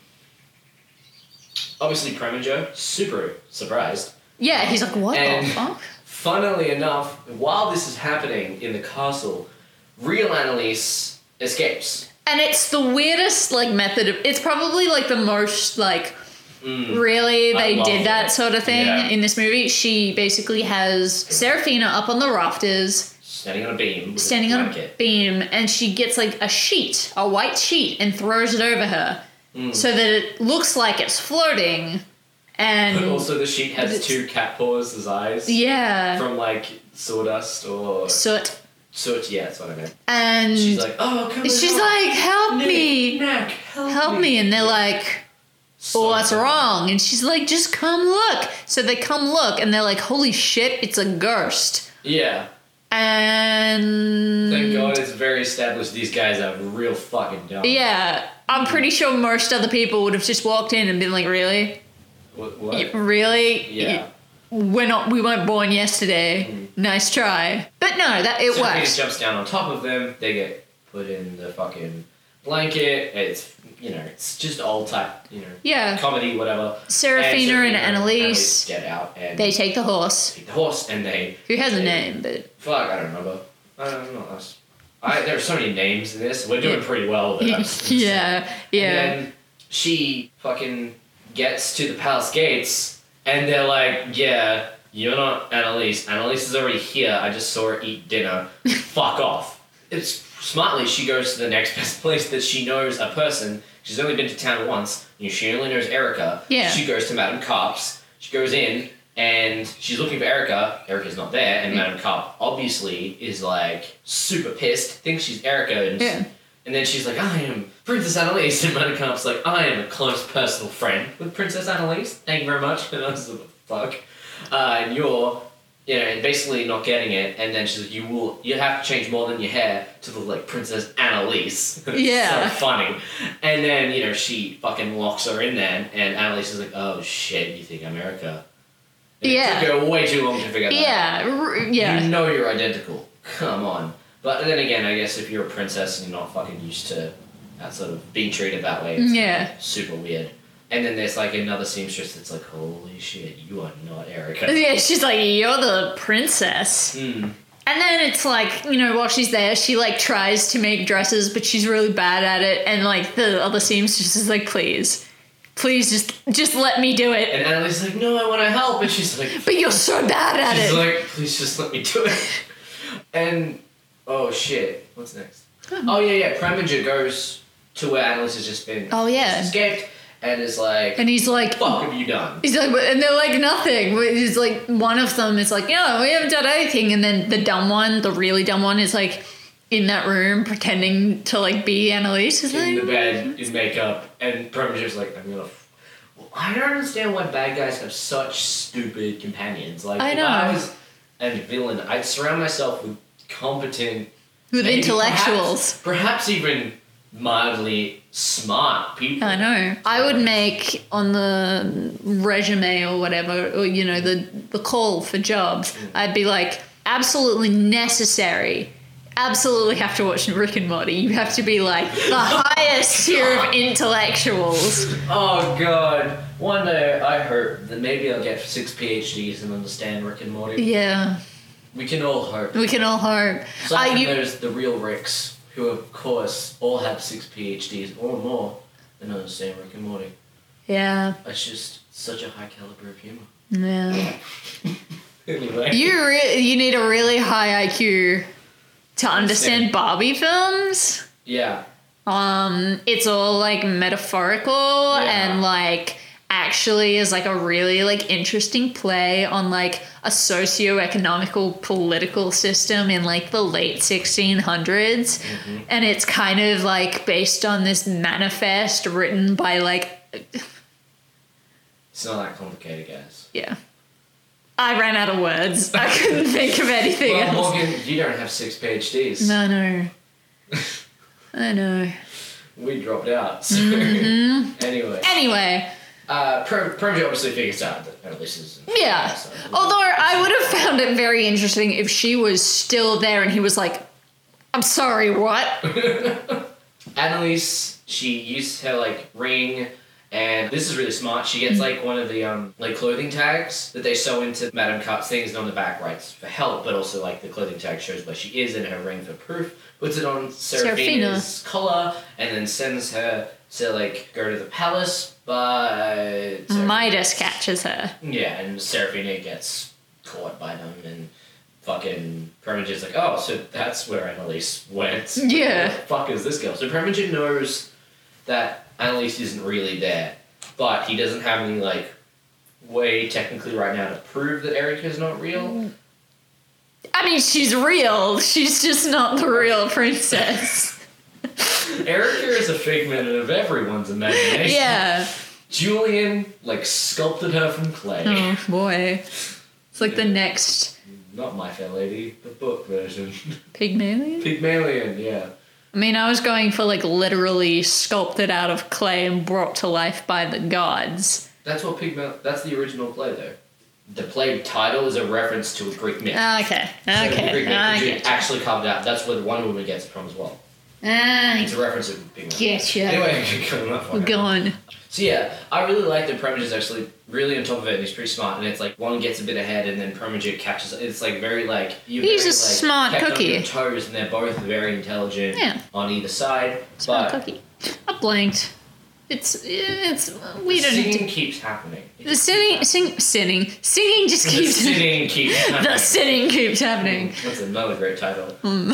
Speaker 3: obviously, Preminger, super surprised.
Speaker 4: Yeah, he's like, what
Speaker 3: And-
Speaker 4: the fuck?
Speaker 3: Funnily enough, while this is happening in the castle, real Annalise escapes.
Speaker 4: And it's the weirdest like method of it's probably like the most like
Speaker 3: Hmm.
Speaker 4: really
Speaker 3: Mm. I
Speaker 4: they
Speaker 3: love
Speaker 4: did that
Speaker 3: it.
Speaker 4: sort of thing
Speaker 3: Yeah.
Speaker 4: in this movie. She basically has Seraphina up on the rafters,
Speaker 3: Standing on a beam. With
Speaker 4: standing
Speaker 3: a
Speaker 4: on a
Speaker 3: blanket.
Speaker 4: beam, and she gets like a sheet, a white sheet, and throws it over her
Speaker 3: Hmm. Mm.
Speaker 4: so that it looks like it's floating.
Speaker 3: But [LAUGHS]
Speaker 4: And
Speaker 3: also, the sheep has
Speaker 4: But it's-
Speaker 3: two cat paws as eyes.
Speaker 4: yeah,
Speaker 3: From like sawdust or
Speaker 4: soot.
Speaker 3: soot. Yeah, that's what I meant.
Speaker 4: And
Speaker 3: She's like, oh, come on.
Speaker 4: she's like, help
Speaker 3: Nick,
Speaker 4: me,
Speaker 3: Mac, help,
Speaker 4: help me. And they're like,
Speaker 3: So
Speaker 4: oh, that's
Speaker 3: good.
Speaker 4: wrong. And she's like, just come look. So they come look and they're like, holy shit, it's a ghost.
Speaker 3: Yeah.
Speaker 4: And.
Speaker 3: Thank God it's very established these guys are real fucking dumb.
Speaker 4: Yeah, I'm pretty sure most other people would have just walked in and been like, really?
Speaker 3: What? what?
Speaker 4: Y- Really?
Speaker 3: Yeah. Mm-hmm.
Speaker 4: Y- We're not, we weren't born yesterday. Nice try. But no, that it
Speaker 3: So Peter
Speaker 4: works.
Speaker 3: jumps down on top of them. They get put in the fucking blanket. It's you know, it's just old type, you know,
Speaker 4: Yeah.
Speaker 3: comedy, whatever.
Speaker 4: Seraphina and Annalise,
Speaker 3: get out and
Speaker 4: they take the horse,
Speaker 3: take the horse and they
Speaker 4: who has a
Speaker 3: they-
Speaker 4: name, but
Speaker 3: Fuck, I don't remember. I don't know. That's- I, there are so many names in this. We're doing pretty well.
Speaker 4: [LAUGHS]
Speaker 3: With it, I'm just saying.
Speaker 4: yeah, yeah.
Speaker 3: And then she fucking gets to the palace gates, and they're like, "Yeah, you're not Annalise. Annalise is already here. I just saw her eat
Speaker 4: [LAUGHS]
Speaker 3: dinner. Fuck off." It's smartly she goes to the next [LAUGHS] best place that she knows a person. She's only been to town once. And she only knows Erica.
Speaker 4: Yeah.
Speaker 3: She goes to Madame Carp's. She goes in. And she's looking for Erica. Erica's not
Speaker 4: Mm.
Speaker 3: there, and Madame Carp obviously is like super pissed, thinks she's Erica, and
Speaker 4: Yeah.
Speaker 3: And then she's like, I am Princess Annalise. [LAUGHS] And Madacamp's like, I am a close personal friend with Princess Annalise. Thank you very much. [LAUGHS] And I was like, fuck. Uh, and you're, you know, and basically not getting it. And then she's like, you will, you have to change more than your hair to look like Princess Annalise. [LAUGHS] It's
Speaker 4: Yeah.
Speaker 3: so funny. And then, you know, she fucking locks her in there. And Annalise is like, oh shit, you think America. And
Speaker 4: Yeah.
Speaker 3: It took her way too long to figure that out.
Speaker 4: Yeah, r- yeah.
Speaker 3: You know you're identical. Come on. But then again, I guess if you're a princess and you're not fucking used to that sort of being treated that way, it's
Speaker 4: Yeah.
Speaker 3: super weird. And then there's like another seamstress that's like, holy shit, you are not Erica.
Speaker 4: [LAUGHS] Yeah, she's like, you're the princess.
Speaker 3: Mm.
Speaker 4: And then it's like, you know, while she's there, she like tries to make dresses, but she's really bad at it. And like the other seamstress is like, please, please just just let me do it.
Speaker 3: And Annalise's like, no, I want to help. And she's like,
Speaker 4: But you're so bad at
Speaker 3: she's
Speaker 4: it.
Speaker 3: like, please just let me do it. [LAUGHS] And oh shit, what's next?
Speaker 4: Hmm.
Speaker 3: Oh yeah, yeah. Preminger goes to where Annalise has just been.
Speaker 4: Oh, yeah.
Speaker 3: She's escaped and is like,
Speaker 4: and he's like,
Speaker 3: fuck have you done?
Speaker 4: he's like, and they're like nothing. He's like, one of them is like, yeah, we haven't done anything. And then the dumb one, the really dumb one, is like in that room pretending to like be Annalise. He's
Speaker 3: in
Speaker 4: like,
Speaker 3: the bed in makeup, and Premonger's like, I'm gonna. F- well, I don't understand why bad guys have such stupid companions. Like,
Speaker 4: I
Speaker 3: if I
Speaker 4: know.
Speaker 3: was a villain, I'd surround myself with competent,
Speaker 4: with
Speaker 3: maybe
Speaker 4: intellectuals.
Speaker 3: perhaps, perhaps even mildly smart people.
Speaker 4: I know. I would make on the resume or whatever, or you know, the the call for jobs. I'd be like, absolutely necessary. Absolutely have to watch Rick and Morty. You have to be like the highest tier of intellectuals.
Speaker 3: Oh god! One day I hope that maybe I'll get six PhDs and understand Rick and Morty.
Speaker 4: Yeah,
Speaker 3: We can all hope.
Speaker 4: we can all hope.
Speaker 3: Aside
Speaker 4: Uh,
Speaker 3: from
Speaker 4: you,
Speaker 3: those, the real Ricks, who of course all have six PhDs or more, and understand Rick and Morty.
Speaker 4: yeah,
Speaker 3: It's just such a high caliber of humor.
Speaker 4: yeah.
Speaker 3: Anyway.
Speaker 4: You re- you need a really high IQ to understand Barbie films.
Speaker 3: yeah.
Speaker 4: um it's all like metaphorical
Speaker 3: Yeah.
Speaker 4: and like actually is like a really like interesting play on like a socio-economical political system in like the late 1600s
Speaker 3: Mm-hmm.
Speaker 4: and it's kind of like based on this manifest written by like
Speaker 3: It's not that complicated, guys.
Speaker 4: yeah i ran out of words i couldn't think of anything
Speaker 3: Well,
Speaker 4: else
Speaker 3: Morgan, you don't have six PhDs.
Speaker 4: no no i know
Speaker 3: [LAUGHS] We dropped out. So.
Speaker 4: Mm-hmm.
Speaker 3: [LAUGHS] anyway.
Speaker 4: anyway
Speaker 3: Uh, Prem Prem obviously figures out that at least is.
Speaker 4: Yeah.
Speaker 3: So-
Speaker 4: Although I would have found it very interesting if she was still there and he was like, I'm sorry, what?
Speaker 3: [LAUGHS] Annalise, she used her like ring, and this is really smart. She gets like one of the um like clothing tags that they sew into Madame Cut's things, and on the back writes for help, but also like the clothing tag shows where she is and her ring for proof. Puts it on Seraphina's collar, and then sends her to like go to the palace. But
Speaker 4: Midas catches her.
Speaker 3: yeah, and Seraphina gets caught by them, and fucking Premiger's like, oh, so that's where Annalise went.
Speaker 4: [LAUGHS] Yeah.
Speaker 3: Where the fuck is this girl? So Preminger knows that Annalise isn't really there, but he doesn't have any, like, way technically right now to prove that Erica's not
Speaker 4: [LAUGHS]
Speaker 3: real.
Speaker 4: I mean, she's real. She's just not the real princess.
Speaker 3: Erica is a figment of everyone's imagination.
Speaker 4: yeah.
Speaker 3: Julian, like, sculpted her from clay.
Speaker 4: Oh, boy. It's like the next
Speaker 3: Not My Fair Lady, the book version. [LAUGHS]
Speaker 4: Pygmalion?
Speaker 3: Pygmalion, yeah.
Speaker 4: I mean, I was going for like literally sculpted out of clay and brought to life by the gods.
Speaker 3: That's what Pygmalion. That's the original play, though. The play title is a reference to a Greek myth.
Speaker 4: Okay.
Speaker 3: So the
Speaker 4: Ah, Okay. ah,
Speaker 3: Greek myth
Speaker 4: I
Speaker 3: that Jude
Speaker 4: get you.
Speaker 3: actually carved out. That's where the Wonder Woman gets it from as well.
Speaker 4: I
Speaker 3: It's a reference to Pygmalion.
Speaker 4: get you.
Speaker 3: Anyway, [LAUGHS] going on.
Speaker 4: We're Ah, gone.
Speaker 3: So yeah, I really like that Premiger's actually really on top of it and he's pretty smart and it's like one gets a bit ahead and then Preminger catches it's like very like you're
Speaker 4: He's
Speaker 3: very,
Speaker 4: a smart
Speaker 3: like, kept on
Speaker 4: cookie.
Speaker 3: your toes and they're both very intelligent
Speaker 4: Yeah.
Speaker 3: on either side.
Speaker 4: Smell
Speaker 3: but
Speaker 4: cookie. I blanked. It's it's we
Speaker 3: the
Speaker 4: don't
Speaker 3: singing
Speaker 4: need
Speaker 3: keeps happening.
Speaker 4: to. The sinning, sing, sinning, singing just
Speaker 3: [LAUGHS] the
Speaker 4: keeps
Speaker 3: singing keeps happening.
Speaker 4: the sinning keeps happening.
Speaker 3: That's another great title.
Speaker 4: Um,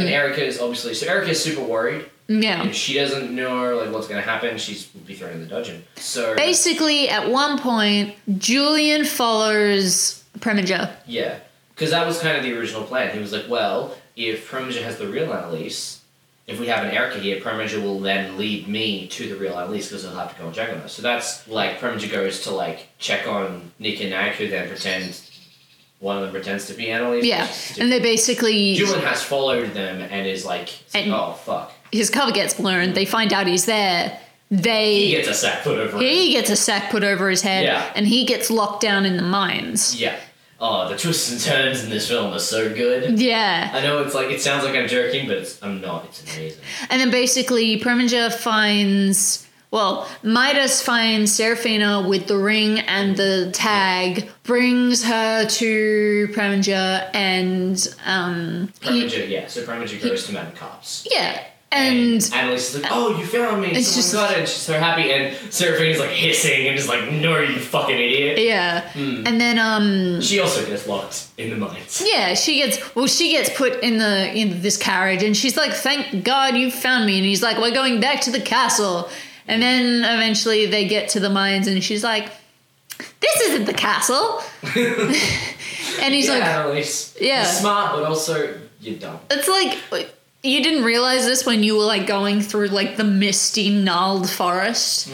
Speaker 3: [LAUGHS] And Erica is obviously so Erica's super worried.
Speaker 4: yeah.
Speaker 3: And she doesn't know like what's gonna happen. She's will be thrown in the dungeon. So
Speaker 4: Basically, at one point, Julian follows Preminger.
Speaker 3: yeah, because that was kind of the original plan. He was like, well, if Preminger has the real Annalise, if we have an Erica here, Perimeter will then lead me to the real Annalise because he'll have to go and check on her. So that's like Perimeter goes to like check on Nick and Nag, who then pretend one of them pretends to be Annalise.
Speaker 4: Yeah, and they basically
Speaker 3: Julian has followed them and is like, saying,
Speaker 4: And-
Speaker 3: oh fuck.
Speaker 4: his cover gets blown. They find out he's there.
Speaker 3: He
Speaker 4: They
Speaker 3: gets a sack put over him.
Speaker 4: he gets a sack put over his head,
Speaker 3: Yeah.
Speaker 4: and he gets locked down in the mines.
Speaker 3: Yeah. Oh, the twists and turns in this film are so good.
Speaker 4: Yeah,
Speaker 3: I know it's like it sounds like I'm joking, but it's, I'm not. It's amazing.
Speaker 4: and then basically Preminger finds. Well, Midas finds Seraphina with the ring and the tag, brings her to Preminger, and um, he-
Speaker 3: Preminger, yeah. So Preminger goes to Madame Cops.
Speaker 4: yeah, and
Speaker 3: Annalise is like, "Oh, you found me! Someone
Speaker 4: It's just-
Speaker 3: got it!" And she's so happy, and Seraphina's like hissing and is like, "No, you fucking idiot!"
Speaker 4: yeah, and then um,
Speaker 3: She also gets locked in the mines.
Speaker 4: Yeah, she gets well. She gets put in the in this carriage, and she's like, "Thank God you found me." And he's like, "We're going back to the castle." And then eventually they get to the mines, and she's like, "This isn't the castle." and he's
Speaker 3: yeah,
Speaker 4: like,
Speaker 3: Annalise.
Speaker 4: Yeah.
Speaker 3: You're smart, but also you're dumb.
Speaker 4: "It's like you didn't realize this when you were like going through like the misty gnarled forest."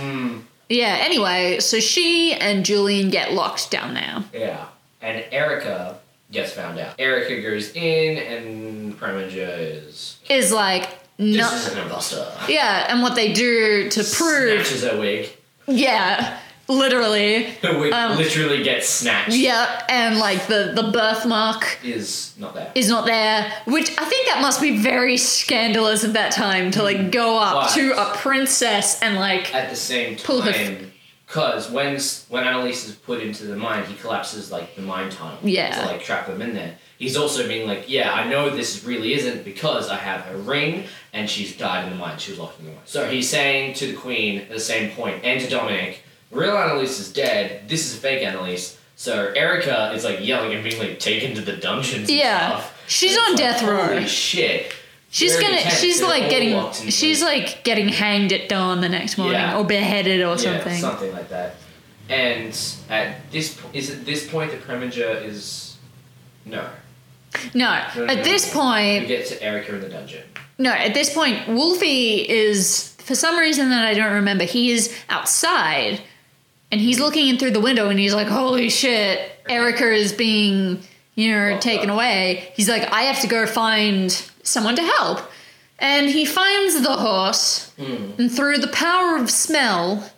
Speaker 4: Yeah. Anyway, so she and Julian get locked down now.
Speaker 3: Yeah. And Erica gets found out. Erica goes in, and Preminger is
Speaker 4: Is like
Speaker 3: this
Speaker 4: no.
Speaker 3: is an imposter.
Speaker 4: Yeah, and what they do to prove
Speaker 3: Snatches her wig. [LAUGHS]
Speaker 4: Yeah, literally.
Speaker 3: Her wig
Speaker 4: Um,
Speaker 3: literally gets snatched.
Speaker 4: Yeah, and like the the birthmark
Speaker 3: Is not there.
Speaker 4: is not there, which I think that must be very scandalous at that time to like go up
Speaker 3: Why?
Speaker 4: to a princess and like
Speaker 3: at the same
Speaker 4: Pull her-
Speaker 3: time. Because when s- when Annalise is put into the mine, he collapses like the mine tunnel
Speaker 4: Yeah.
Speaker 3: to like trap them in there. He's also being like, yeah, I know this really isn't because I have her ring and she's died in the mine. She was locked in the mine. So he's saying to the queen at the same point and to Dominic, real Annalise is dead. This is fake Annalise. So Erica is like yelling and being like taken to the dungeons. and
Speaker 4: Yeah.
Speaker 3: stuff.
Speaker 4: She's
Speaker 3: And it's
Speaker 4: on
Speaker 3: like,
Speaker 4: death row.
Speaker 3: Holy shit!
Speaker 4: she's
Speaker 3: very
Speaker 4: gonna
Speaker 3: intense.
Speaker 4: she's
Speaker 3: They're
Speaker 4: like
Speaker 3: all
Speaker 4: getting
Speaker 3: locked in
Speaker 4: she's
Speaker 3: there.
Speaker 4: like getting hanged at dawn the next morning
Speaker 3: Yeah.
Speaker 4: or beheaded or
Speaker 3: Yeah,
Speaker 4: something.
Speaker 3: something like that. And at this po- is at this point the Preminger is no.
Speaker 4: No,
Speaker 3: No, no,
Speaker 4: at
Speaker 3: no.
Speaker 4: this
Speaker 3: You
Speaker 4: point,
Speaker 3: get to Erica in the dungeon.
Speaker 4: no, at this point, Wolfie is for some reason that I don't remember. He is outside, and he's looking in through the window, and he's like, "Holy shit, Erica is being, you know,
Speaker 3: Locked
Speaker 4: taken
Speaker 3: up.
Speaker 4: away." He's like, "I have to go find someone to help," and he finds the horse, and through the power of smell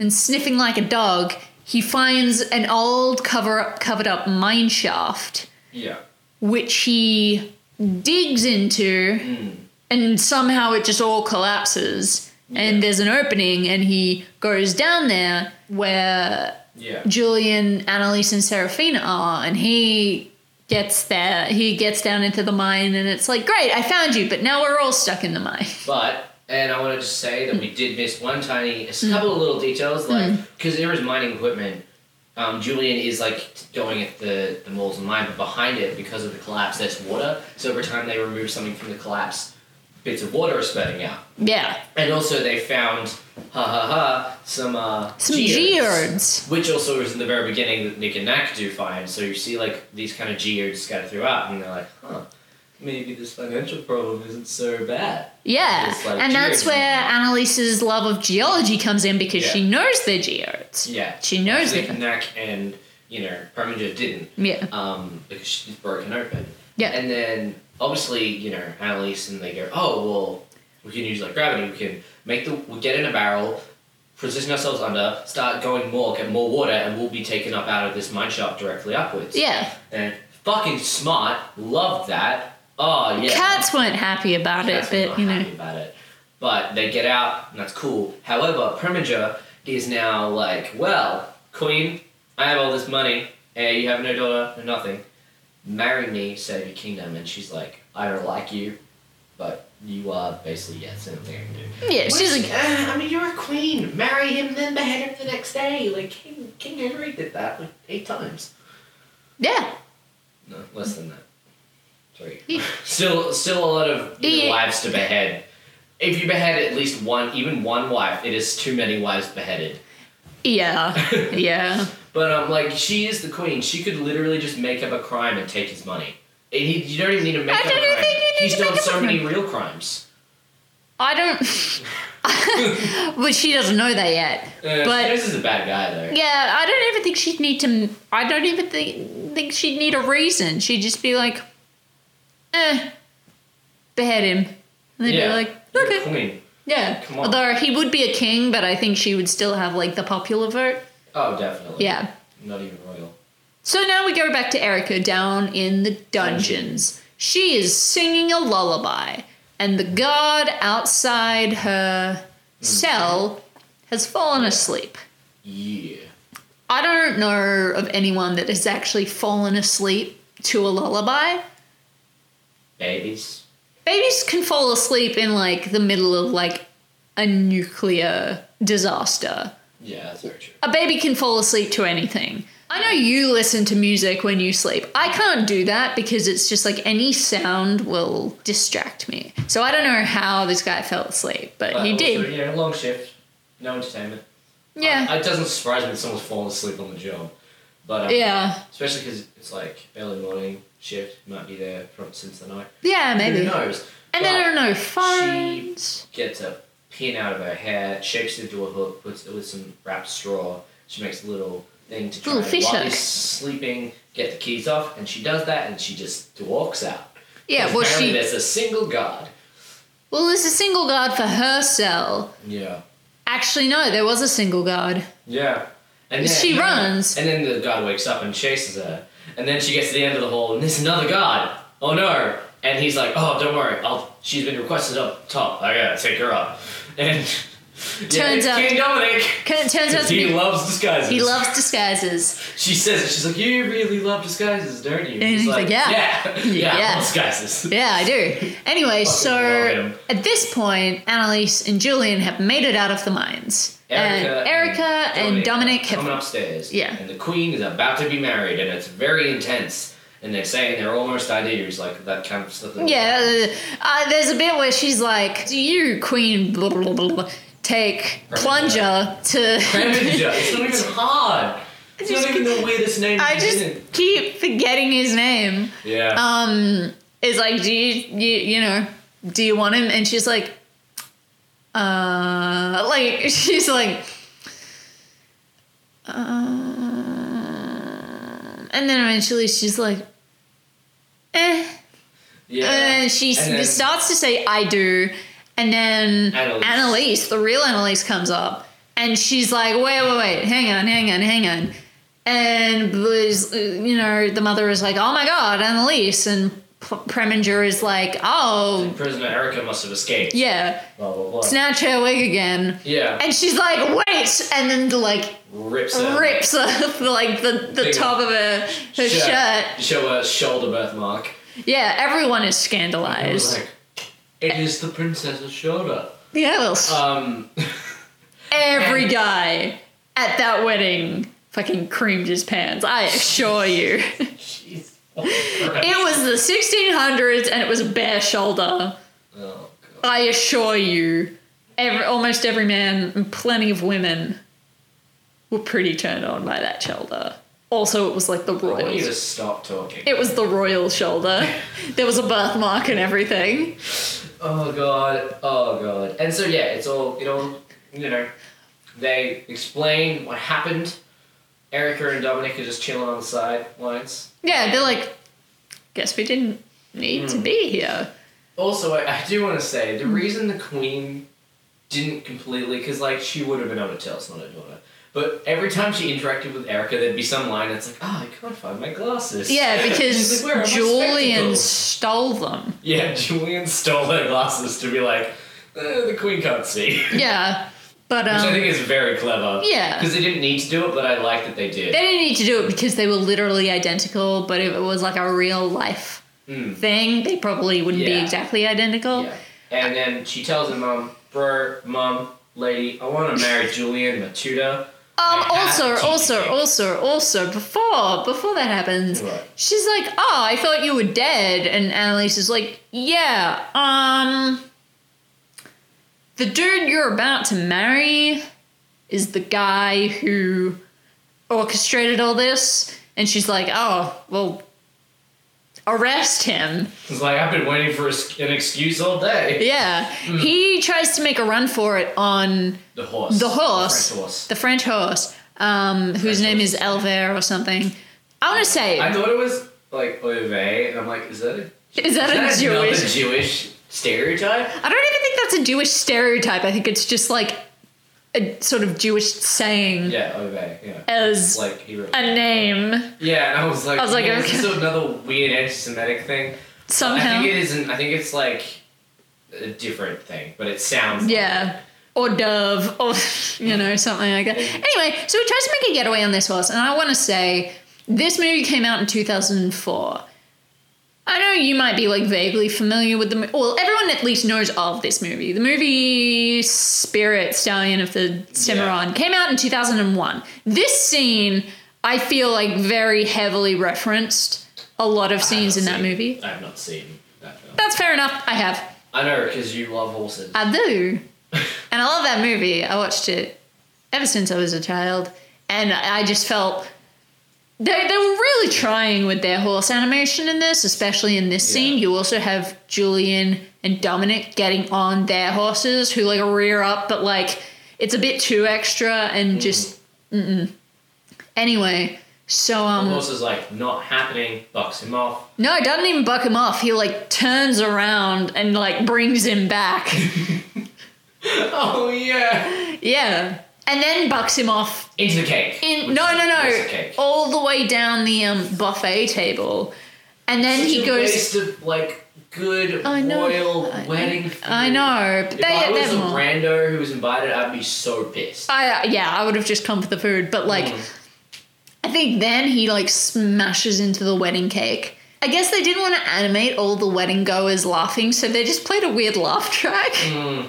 Speaker 4: and sniffing like a dog, he finds an old cover covered up mine shaft
Speaker 3: Yeah.
Speaker 4: which he digs into, and somehow it just all collapses.
Speaker 3: Yeah.
Speaker 4: And there's an opening, and he goes down there where
Speaker 3: Yeah.
Speaker 4: Julian, Annalise, and Seraphina are, and he gets there. He gets down into the mine, and it's like, great, I found you, but now we're all stuck in the mine. [LAUGHS]
Speaker 3: But and I want to just say that we
Speaker 4: Hmm.
Speaker 3: did miss one tiny, a couple of little details, like because there was mining equipment. Um, Julian is like going at the the moles and mine, but behind it, because of the collapse, there's water. So every time they remove something from the collapse, bits of water are spurting out.
Speaker 4: Yeah,
Speaker 3: And also, they found, ha ha ha, some uh,
Speaker 4: some
Speaker 3: geodes.
Speaker 4: geodes.
Speaker 3: Which also was in the very beginning that Nick and Knack do find. So you see like these kind of geodes scattered throughout, and they're like, huh, maybe this financial problem isn't so bad.
Speaker 4: Yeah,
Speaker 3: It's like
Speaker 4: and that's
Speaker 3: geodes.
Speaker 4: where Annalise's love of geology comes in because
Speaker 3: Yeah.
Speaker 4: she knows they're geodes.
Speaker 3: Yeah.
Speaker 4: She knows
Speaker 3: Nick
Speaker 4: that.
Speaker 3: and Knack and, you know, Preminger didn't.
Speaker 4: Yeah.
Speaker 3: um, because she's broken open.
Speaker 4: Yeah.
Speaker 3: And then obviously, you know, Annalise and they go, oh well, we can use like gravity. We can make the we get in a barrel, position ourselves under, start going more, get more water, and we'll be taken up out of this mine shaft directly upwards.
Speaker 4: Yeah.
Speaker 3: And fucking smart, loved that. Oh yeah.
Speaker 4: Cats weren't happy about
Speaker 3: Cats are
Speaker 4: it,
Speaker 3: not
Speaker 4: but you know,
Speaker 3: happy about it. But they get out, and that's cool. However, Preminger is now like, well, Queen, I have all this money, and you have no daughter, no nothing. Marry me, save your kingdom. And she's like, I don't like you, but you are basically yeah, it's the only thing I can do.
Speaker 4: yeah,
Speaker 3: Which,
Speaker 4: she's like,
Speaker 3: uh, I mean, you're a queen. Marry him, then behead him the next day. Like King King Henry did that like eight times.
Speaker 4: yeah,
Speaker 3: No, less than that. Three.
Speaker 4: He-
Speaker 3: [LAUGHS] still, still a lot of you know,
Speaker 4: He-
Speaker 3: wives to behead. If you behead at least one, even one wife, it is too many wives beheaded. [LAUGHS]
Speaker 4: yeah, yeah,
Speaker 3: But um, like she is the queen. She could literally just make up a crime and take his money. And he, you don't even need to make
Speaker 4: I
Speaker 3: up a
Speaker 4: don't
Speaker 3: crime.
Speaker 4: think you need
Speaker 3: He's
Speaker 4: to make
Speaker 3: done
Speaker 4: up a
Speaker 3: so
Speaker 4: crime.
Speaker 3: many real crimes.
Speaker 4: I don't. [LAUGHS] but she doesn't know that yet.
Speaker 3: Uh,
Speaker 4: but
Speaker 3: this is a bad guy though.
Speaker 4: yeah, I don't even think she'd need to. I don't even think think she'd need a reason. She'd just be like, "Eh, behead him," and they'd
Speaker 3: yeah.
Speaker 4: be like,
Speaker 3: You're
Speaker 4: "Okay,
Speaker 3: Queen.
Speaker 4: yeah."
Speaker 3: Come on.
Speaker 4: Although he would be a king, but I think she would still have like the popular vote.
Speaker 3: Oh, definitely.
Speaker 4: Yeah.
Speaker 3: Not even royal.
Speaker 4: So now we go back to Erica down in the dungeons. She is singing a lullaby, and the guard outside her cell has fallen asleep.
Speaker 3: Yeah.
Speaker 4: I don't know of anyone that has actually fallen asleep to a lullaby.
Speaker 3: Babies.
Speaker 4: Babies can fall asleep in like the middle of like a nuclear disaster.
Speaker 3: Yeah, that's very true.
Speaker 4: A baby can fall asleep to anything. I know you listen to music when you sleep. I can't do that because it's just like any sound will distract me. So I don't know how this guy fell asleep, but
Speaker 3: But
Speaker 4: he
Speaker 3: Uh, also,
Speaker 4: did.
Speaker 3: You know, long shift, no entertainment.
Speaker 4: Yeah.
Speaker 3: Uh, it doesn't surprise me that someone's fallen asleep on the job, but um,
Speaker 4: yeah.
Speaker 3: especially because it's like early morning shift. Might be there from since the night.
Speaker 4: Yeah,
Speaker 3: Who
Speaker 4: maybe.
Speaker 3: knows?
Speaker 4: And then there are no
Speaker 3: she-
Speaker 4: phones.
Speaker 3: gets a pin out of her hair, shapes it into a hook, puts it with some wrapped straw. She makes a little thing to try
Speaker 4: Little
Speaker 3: and
Speaker 4: fish
Speaker 3: while
Speaker 4: hook.
Speaker 3: he's sleeping, get the keys off, and she does that, and she just walks out.
Speaker 4: Yeah, well,
Speaker 3: Apparently
Speaker 4: she.
Speaker 3: there's a single guard.
Speaker 4: Well, there's a single guard for her cell.
Speaker 3: Yeah.
Speaker 4: Actually, no, there was a single guard.
Speaker 3: Yeah. And
Speaker 4: She runs.
Speaker 3: And then the guard wakes up and chases her. And then she gets to the end of the hall and there's another guard. Oh no. And he's like, Oh, don't worry, I'll she's been requested up top. I gotta take her up. [LAUGHS] And
Speaker 4: Turns
Speaker 3: yeah,
Speaker 4: out-
Speaker 3: King Dominic
Speaker 4: It turns out to
Speaker 3: he
Speaker 4: be.
Speaker 3: loves disguises.
Speaker 4: He loves disguises.
Speaker 3: She says it, she's like, You really love disguises, don't you? And
Speaker 4: he's like, "Yeah.
Speaker 3: Yeah. [LAUGHS] Yeah, I
Speaker 4: Yeah.
Speaker 3: love [LAUGHS] disguises.
Speaker 4: Yeah, I do. Anyway, so
Speaker 3: love him.
Speaker 4: at this point, Annalise and Julian have made it out of the mines. and Erica and, Dominic
Speaker 3: are coming
Speaker 4: have.
Speaker 3: upstairs.
Speaker 4: Yeah.
Speaker 3: And the queen is about to be married, and it's very intense. And they're saying they're almost ideas, like that kind of stuff. that-
Speaker 4: Yeah, uh, there's a bit where she's like, Do you, Queen, blah, blah, blah, blah, take Plunger
Speaker 3: Plunger.
Speaker 4: to.
Speaker 3: Preminger. [LAUGHS] It's not even hard. It's not even the weirdest name.
Speaker 4: [LAUGHS] I
Speaker 3: in
Speaker 4: just
Speaker 3: it.
Speaker 4: keep forgetting his name.
Speaker 3: Yeah.
Speaker 4: Um, is like, Do you, you, you know, do you want him? And she's like, Uh, like, [LAUGHS] she's like, Um, and then eventually she's like, eh.
Speaker 3: yeah.
Speaker 4: And then she s-
Speaker 3: And then-
Speaker 4: starts to say, I do. And then
Speaker 3: Annalise.
Speaker 4: Annalise. the real Annalise, comes up. And she's like, wait, wait, wait, hang on, hang on, hang on. And, Blue's, uh, you know, the mother is like, oh my God, Annalise. And P- Preminger is like, oh,
Speaker 3: Prisoner Erica must have escaped.
Speaker 4: yeah,
Speaker 3: Blah, blah, blah.
Speaker 4: snatch her wig again.
Speaker 3: yeah.
Speaker 4: And she's like, wait. And then, like,
Speaker 3: rips her.
Speaker 4: rips off, like, the, the
Speaker 3: Big
Speaker 4: top of her, her shirt.
Speaker 3: Show her shoulder birthmark.
Speaker 4: Yeah, everyone is
Speaker 3: It was
Speaker 4: scandalized.
Speaker 3: like, it is the princess's shoulder.
Speaker 4: Yeah, well, s-
Speaker 3: Um, [LAUGHS]
Speaker 4: Every guy at that wedding fucking creamed his pants, I assure you. it
Speaker 3: jeez. Oh, [LAUGHS]
Speaker 4: was the 1600s and it was bare shoulder.
Speaker 3: Oh, God.
Speaker 4: I assure you. Every, almost every man and plenty of women were pretty turned on by that shoulder. Also, it was like the
Speaker 3: I want you
Speaker 4: royal.
Speaker 3: to stop talking.
Speaker 4: It was the royal shoulder. There was a birthmark and everything.
Speaker 3: Oh god, oh god. And so yeah, it's all you know, you know, they explain what happened. Erica and Dominic are just chilling on the sidelines.
Speaker 4: Yeah, they're like, guess we didn't need to be here.
Speaker 3: Also, I, I do want to say
Speaker 4: Hmm.
Speaker 3: the reason the queen didn't completely, because like she would have been able to tell it's not her daughter. But every time she interacted with Erica, there'd be some line that's like, "Ah, I can't find my glasses."
Speaker 4: Yeah,
Speaker 3: [LAUGHS] She's
Speaker 4: because
Speaker 3: like, "Where are my
Speaker 4: Julian
Speaker 3: spectacles?"
Speaker 4: stole them.
Speaker 3: Yeah, [LAUGHS] Julian stole her glasses to be like, eh, "The queen can't see," which
Speaker 4: Yeah, but um,
Speaker 3: I think is very clever.
Speaker 4: yeah.
Speaker 3: because they didn't need to do it, but I like that they did.
Speaker 4: they didn't need to do it because they were literally identical. But if it was like a real life
Speaker 3: Mm.
Speaker 4: thing, they probably wouldn't
Speaker 3: Yeah.
Speaker 4: be exactly identical.
Speaker 3: Yeah. And then she tells her mom, bro, mom, lady, I want to marry Julian Matuda.
Speaker 4: Um,
Speaker 3: I have
Speaker 4: also,
Speaker 3: to
Speaker 4: also,
Speaker 3: check.
Speaker 4: also, also, before before that happens,
Speaker 3: What?
Speaker 4: she's like, "Oh, I thought you were dead," and Annalise is like, "Yeah, um, the dude you're about to marry is the guy who orchestrated all this," and she's like, "Oh, well, arrest him.
Speaker 3: It's like I've been waiting for a s- an excuse all day.
Speaker 4: Yeah. He tries to make a run for it on
Speaker 3: The horse.
Speaker 4: the horse,
Speaker 3: French horse.
Speaker 4: the French horse, um,
Speaker 3: French
Speaker 4: whose name
Speaker 3: horse.
Speaker 4: is Elver or something. I want to say,
Speaker 3: I thought it was like Ove, and I'm like, is that a,
Speaker 4: is that a
Speaker 3: is that another
Speaker 4: Jewish?
Speaker 3: Jewish
Speaker 4: [LAUGHS]
Speaker 3: stereotype?
Speaker 4: I don't even think that's a Jewish stereotype. I think it's just like a sort of Jewish saying
Speaker 3: Yeah, Ove. Yeah.
Speaker 4: as
Speaker 3: like he wrote.
Speaker 4: a name
Speaker 3: yeah, and I was like,
Speaker 4: I was like,
Speaker 3: "Man, is this
Speaker 4: okay."
Speaker 3: another weird anti-Semitic thing. I
Speaker 4: somehow.
Speaker 3: think it isn't. I think it's like a different thing, but it sounds.
Speaker 4: Yeah. Or dove, or [LAUGHS] you know, something like that. Anyway, so he tries to make a getaway on this horse, and I want to say this movie came out in 2004. I know you might be like vaguely familiar with the mo- well, everyone at least knows of this movie. The movie Spirit Stallion of the Cimarron came out in 2001. This scene, I feel like very heavily referenced a lot of
Speaker 3: I have
Speaker 4: scenes
Speaker 3: not
Speaker 4: in that
Speaker 3: seen-
Speaker 4: movie.
Speaker 3: I have not seen that film.
Speaker 4: That's fair enough. I have.
Speaker 3: I know because you love horses.
Speaker 4: I do. and I love that movie. I watched it ever since I was a child. And I just felt they, they were really trying with their horse animation in this, especially in this
Speaker 3: Yeah.
Speaker 4: scene. You also have Julian and Dominic getting on their horses who like rear up, but like it's a bit too extra and just. Mm-mm. Anyway, so um.
Speaker 3: the horse is like not happening. Bucks him
Speaker 4: [LAUGHS]
Speaker 3: off.
Speaker 4: No, it doesn't even buck him off. He like turns around and like brings him back.
Speaker 3: Oh yeah.
Speaker 4: yeah. And then bucks him off
Speaker 3: Into the cake.
Speaker 4: in
Speaker 3: which
Speaker 4: no
Speaker 3: is
Speaker 4: no Oh,
Speaker 3: a piece
Speaker 4: no
Speaker 3: of cake.
Speaker 4: all the way down the um, buffet table and then
Speaker 3: Such
Speaker 4: he
Speaker 3: a
Speaker 4: goes
Speaker 3: waste of like good
Speaker 4: I know,
Speaker 3: royal
Speaker 4: I-
Speaker 3: wedding.
Speaker 4: i
Speaker 3: food.
Speaker 4: know but
Speaker 3: If
Speaker 4: they,
Speaker 3: I was
Speaker 4: they're
Speaker 3: a
Speaker 4: more
Speaker 3: rando who was invited, I'd be so pissed.
Speaker 4: I, uh, yeah i would have just come for the food but like
Speaker 3: Mm.
Speaker 4: i think then he like smashes into the wedding cake i guess they didn't want to animate all the wedding goers laughing so they just played a weird laugh track
Speaker 3: Mm,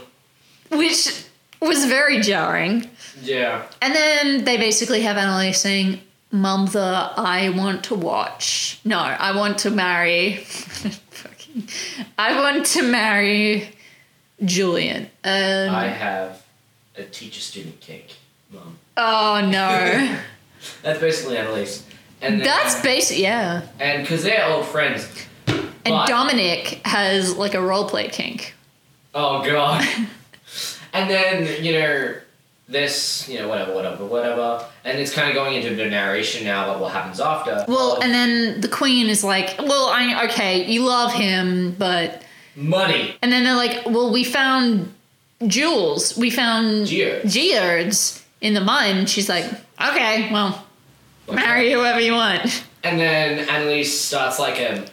Speaker 4: which was very jarring
Speaker 3: yeah.
Speaker 4: and then they basically have Annalise saying mum the i want to watch no i want to marry [LAUGHS] fucking i want to marry julian um,
Speaker 3: I have a teacher-student cake, mum.
Speaker 4: oh no
Speaker 3: That's basically Annalise. [LAUGHS] And then,
Speaker 4: that's basic yeah
Speaker 3: and because they're old friends.
Speaker 4: and
Speaker 3: But-
Speaker 4: dominic has like a roleplay kink
Speaker 3: Oh
Speaker 4: [LAUGHS]
Speaker 3: god. and then you know this, you know whatever, whatever, whatever, and it's kind of going into the narration now about what happens after. Oh,
Speaker 4: well
Speaker 3: Of
Speaker 4: and then the queen is like well i okay you love him but
Speaker 3: money.
Speaker 4: and then they're like well we found jewels we found
Speaker 3: Geodes.
Speaker 4: geodes in the mine she's like okay well marry whoever you want.
Speaker 3: And then Annalise starts like a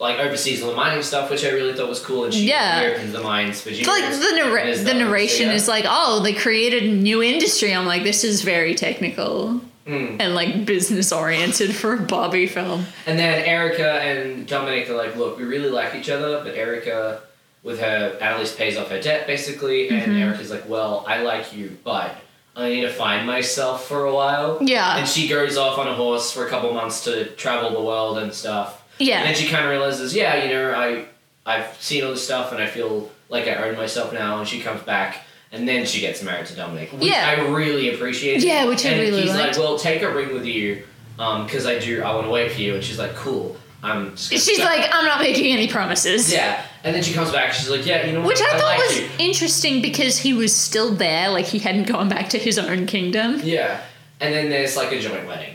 Speaker 3: like oversees all the mining stuff, which I really thought was cool. And she
Speaker 4: Yeah.
Speaker 3: reopens the mines for you.
Speaker 4: Like the narra- the narration is like, oh, they created a new industry. I'm like, this is very technical
Speaker 3: Hmm.
Speaker 4: and like business oriented for a Bobby film.
Speaker 3: And then Erica and Dominic are like, look, we really like each other, but Erica, with her, Annalise pays off her debt basically, and Erica's like, well, I like you, but I need to find myself for a while.
Speaker 4: Yeah.
Speaker 3: And she goes off on a horse for a couple months to travel the world and stuff.
Speaker 4: Yeah.
Speaker 3: And then she kind of realizes, yeah, you know, I, I've seen all this stuff and I feel like I own myself now, and she comes back. And then she gets married to Dominic, which
Speaker 4: Yeah.
Speaker 3: I really appreciated.
Speaker 4: Yeah, which I
Speaker 3: and
Speaker 4: really
Speaker 3: he's
Speaker 4: liked.
Speaker 3: like, well, take a ring with you, um, because I do, I want to wait for you. And she's like, cool, I'm. Just gonna
Speaker 4: She's
Speaker 3: stop."
Speaker 4: like, I'm not making any promises.
Speaker 3: yeah. And then she comes back. She's like, yeah, you know, what?
Speaker 4: Which I, thought
Speaker 3: like
Speaker 4: was
Speaker 3: you."
Speaker 4: interesting because he was still there, like he hadn't gone back to his own kingdom.
Speaker 3: Yeah. And then there's like a joint wedding.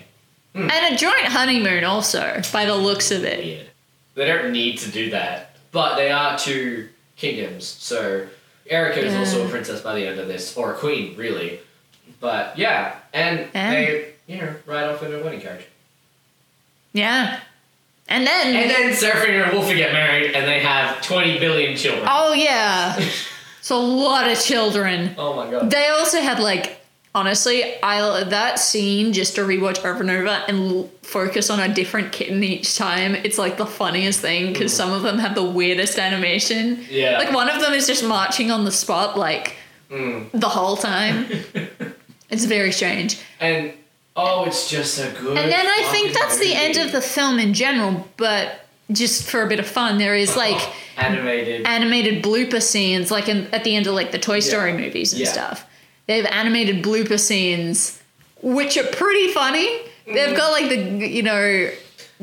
Speaker 4: And a joint honeymoon, also, by the looks of it.
Speaker 3: Weird. They don't need to do that, but they are two kingdoms. So Erica is
Speaker 4: Yeah.
Speaker 3: also a princess by the end of this, or a queen, really. But yeah, and
Speaker 4: And-
Speaker 3: they, you know, ride off in a wedding carriage.
Speaker 4: Yeah. And then.
Speaker 3: And then Seraphina and Wolfie get married, and they have 20 billion children. Oh,
Speaker 4: oh, yeah. it's a lot of children.
Speaker 3: Oh my god.
Speaker 4: They also had like honestly, I that scene just to rewatch over and over and l- focus on a different kitten each time. It's like the funniest thing because some of them have the weirdest animation.
Speaker 3: Yeah.
Speaker 4: like one of them is just marching on the spot like
Speaker 3: Mm. [LAUGHS]
Speaker 4: the whole time. it's very strange.
Speaker 3: And oh, it's just a good.
Speaker 4: And then I think
Speaker 3: fucking
Speaker 4: that's the end
Speaker 3: movie.
Speaker 4: of the film in general, but just for a bit of fun, there is like
Speaker 3: animated.
Speaker 4: animated blooper scenes, like in, at the end of like the Toy Story movies and
Speaker 3: Yeah.
Speaker 4: stuff. They have animated blooper scenes, which are pretty funny. They've got like the you know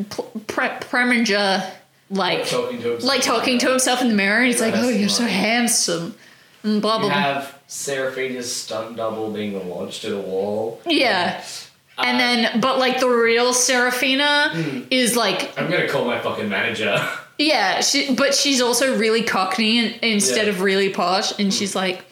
Speaker 4: pl- pre- Preminger, like
Speaker 3: talking to himself.
Speaker 4: like talking to himself in the mirror, and he's like,
Speaker 3: That's
Speaker 4: "Oh, you're so
Speaker 3: smart.
Speaker 4: handsome," and blah
Speaker 3: You
Speaker 4: blah. blah.
Speaker 3: have Seraphina's stunt double being launched at a wall. Uh,
Speaker 4: Yeah. And then, but like the real Serafina
Speaker 3: Hmm.
Speaker 4: is like,
Speaker 3: I'm gonna call my fucking manager. [LAUGHS]
Speaker 4: yeah, she, but she's also really cockney in, instead
Speaker 3: Yeah. Hmm.
Speaker 4: of really posh, and she's like,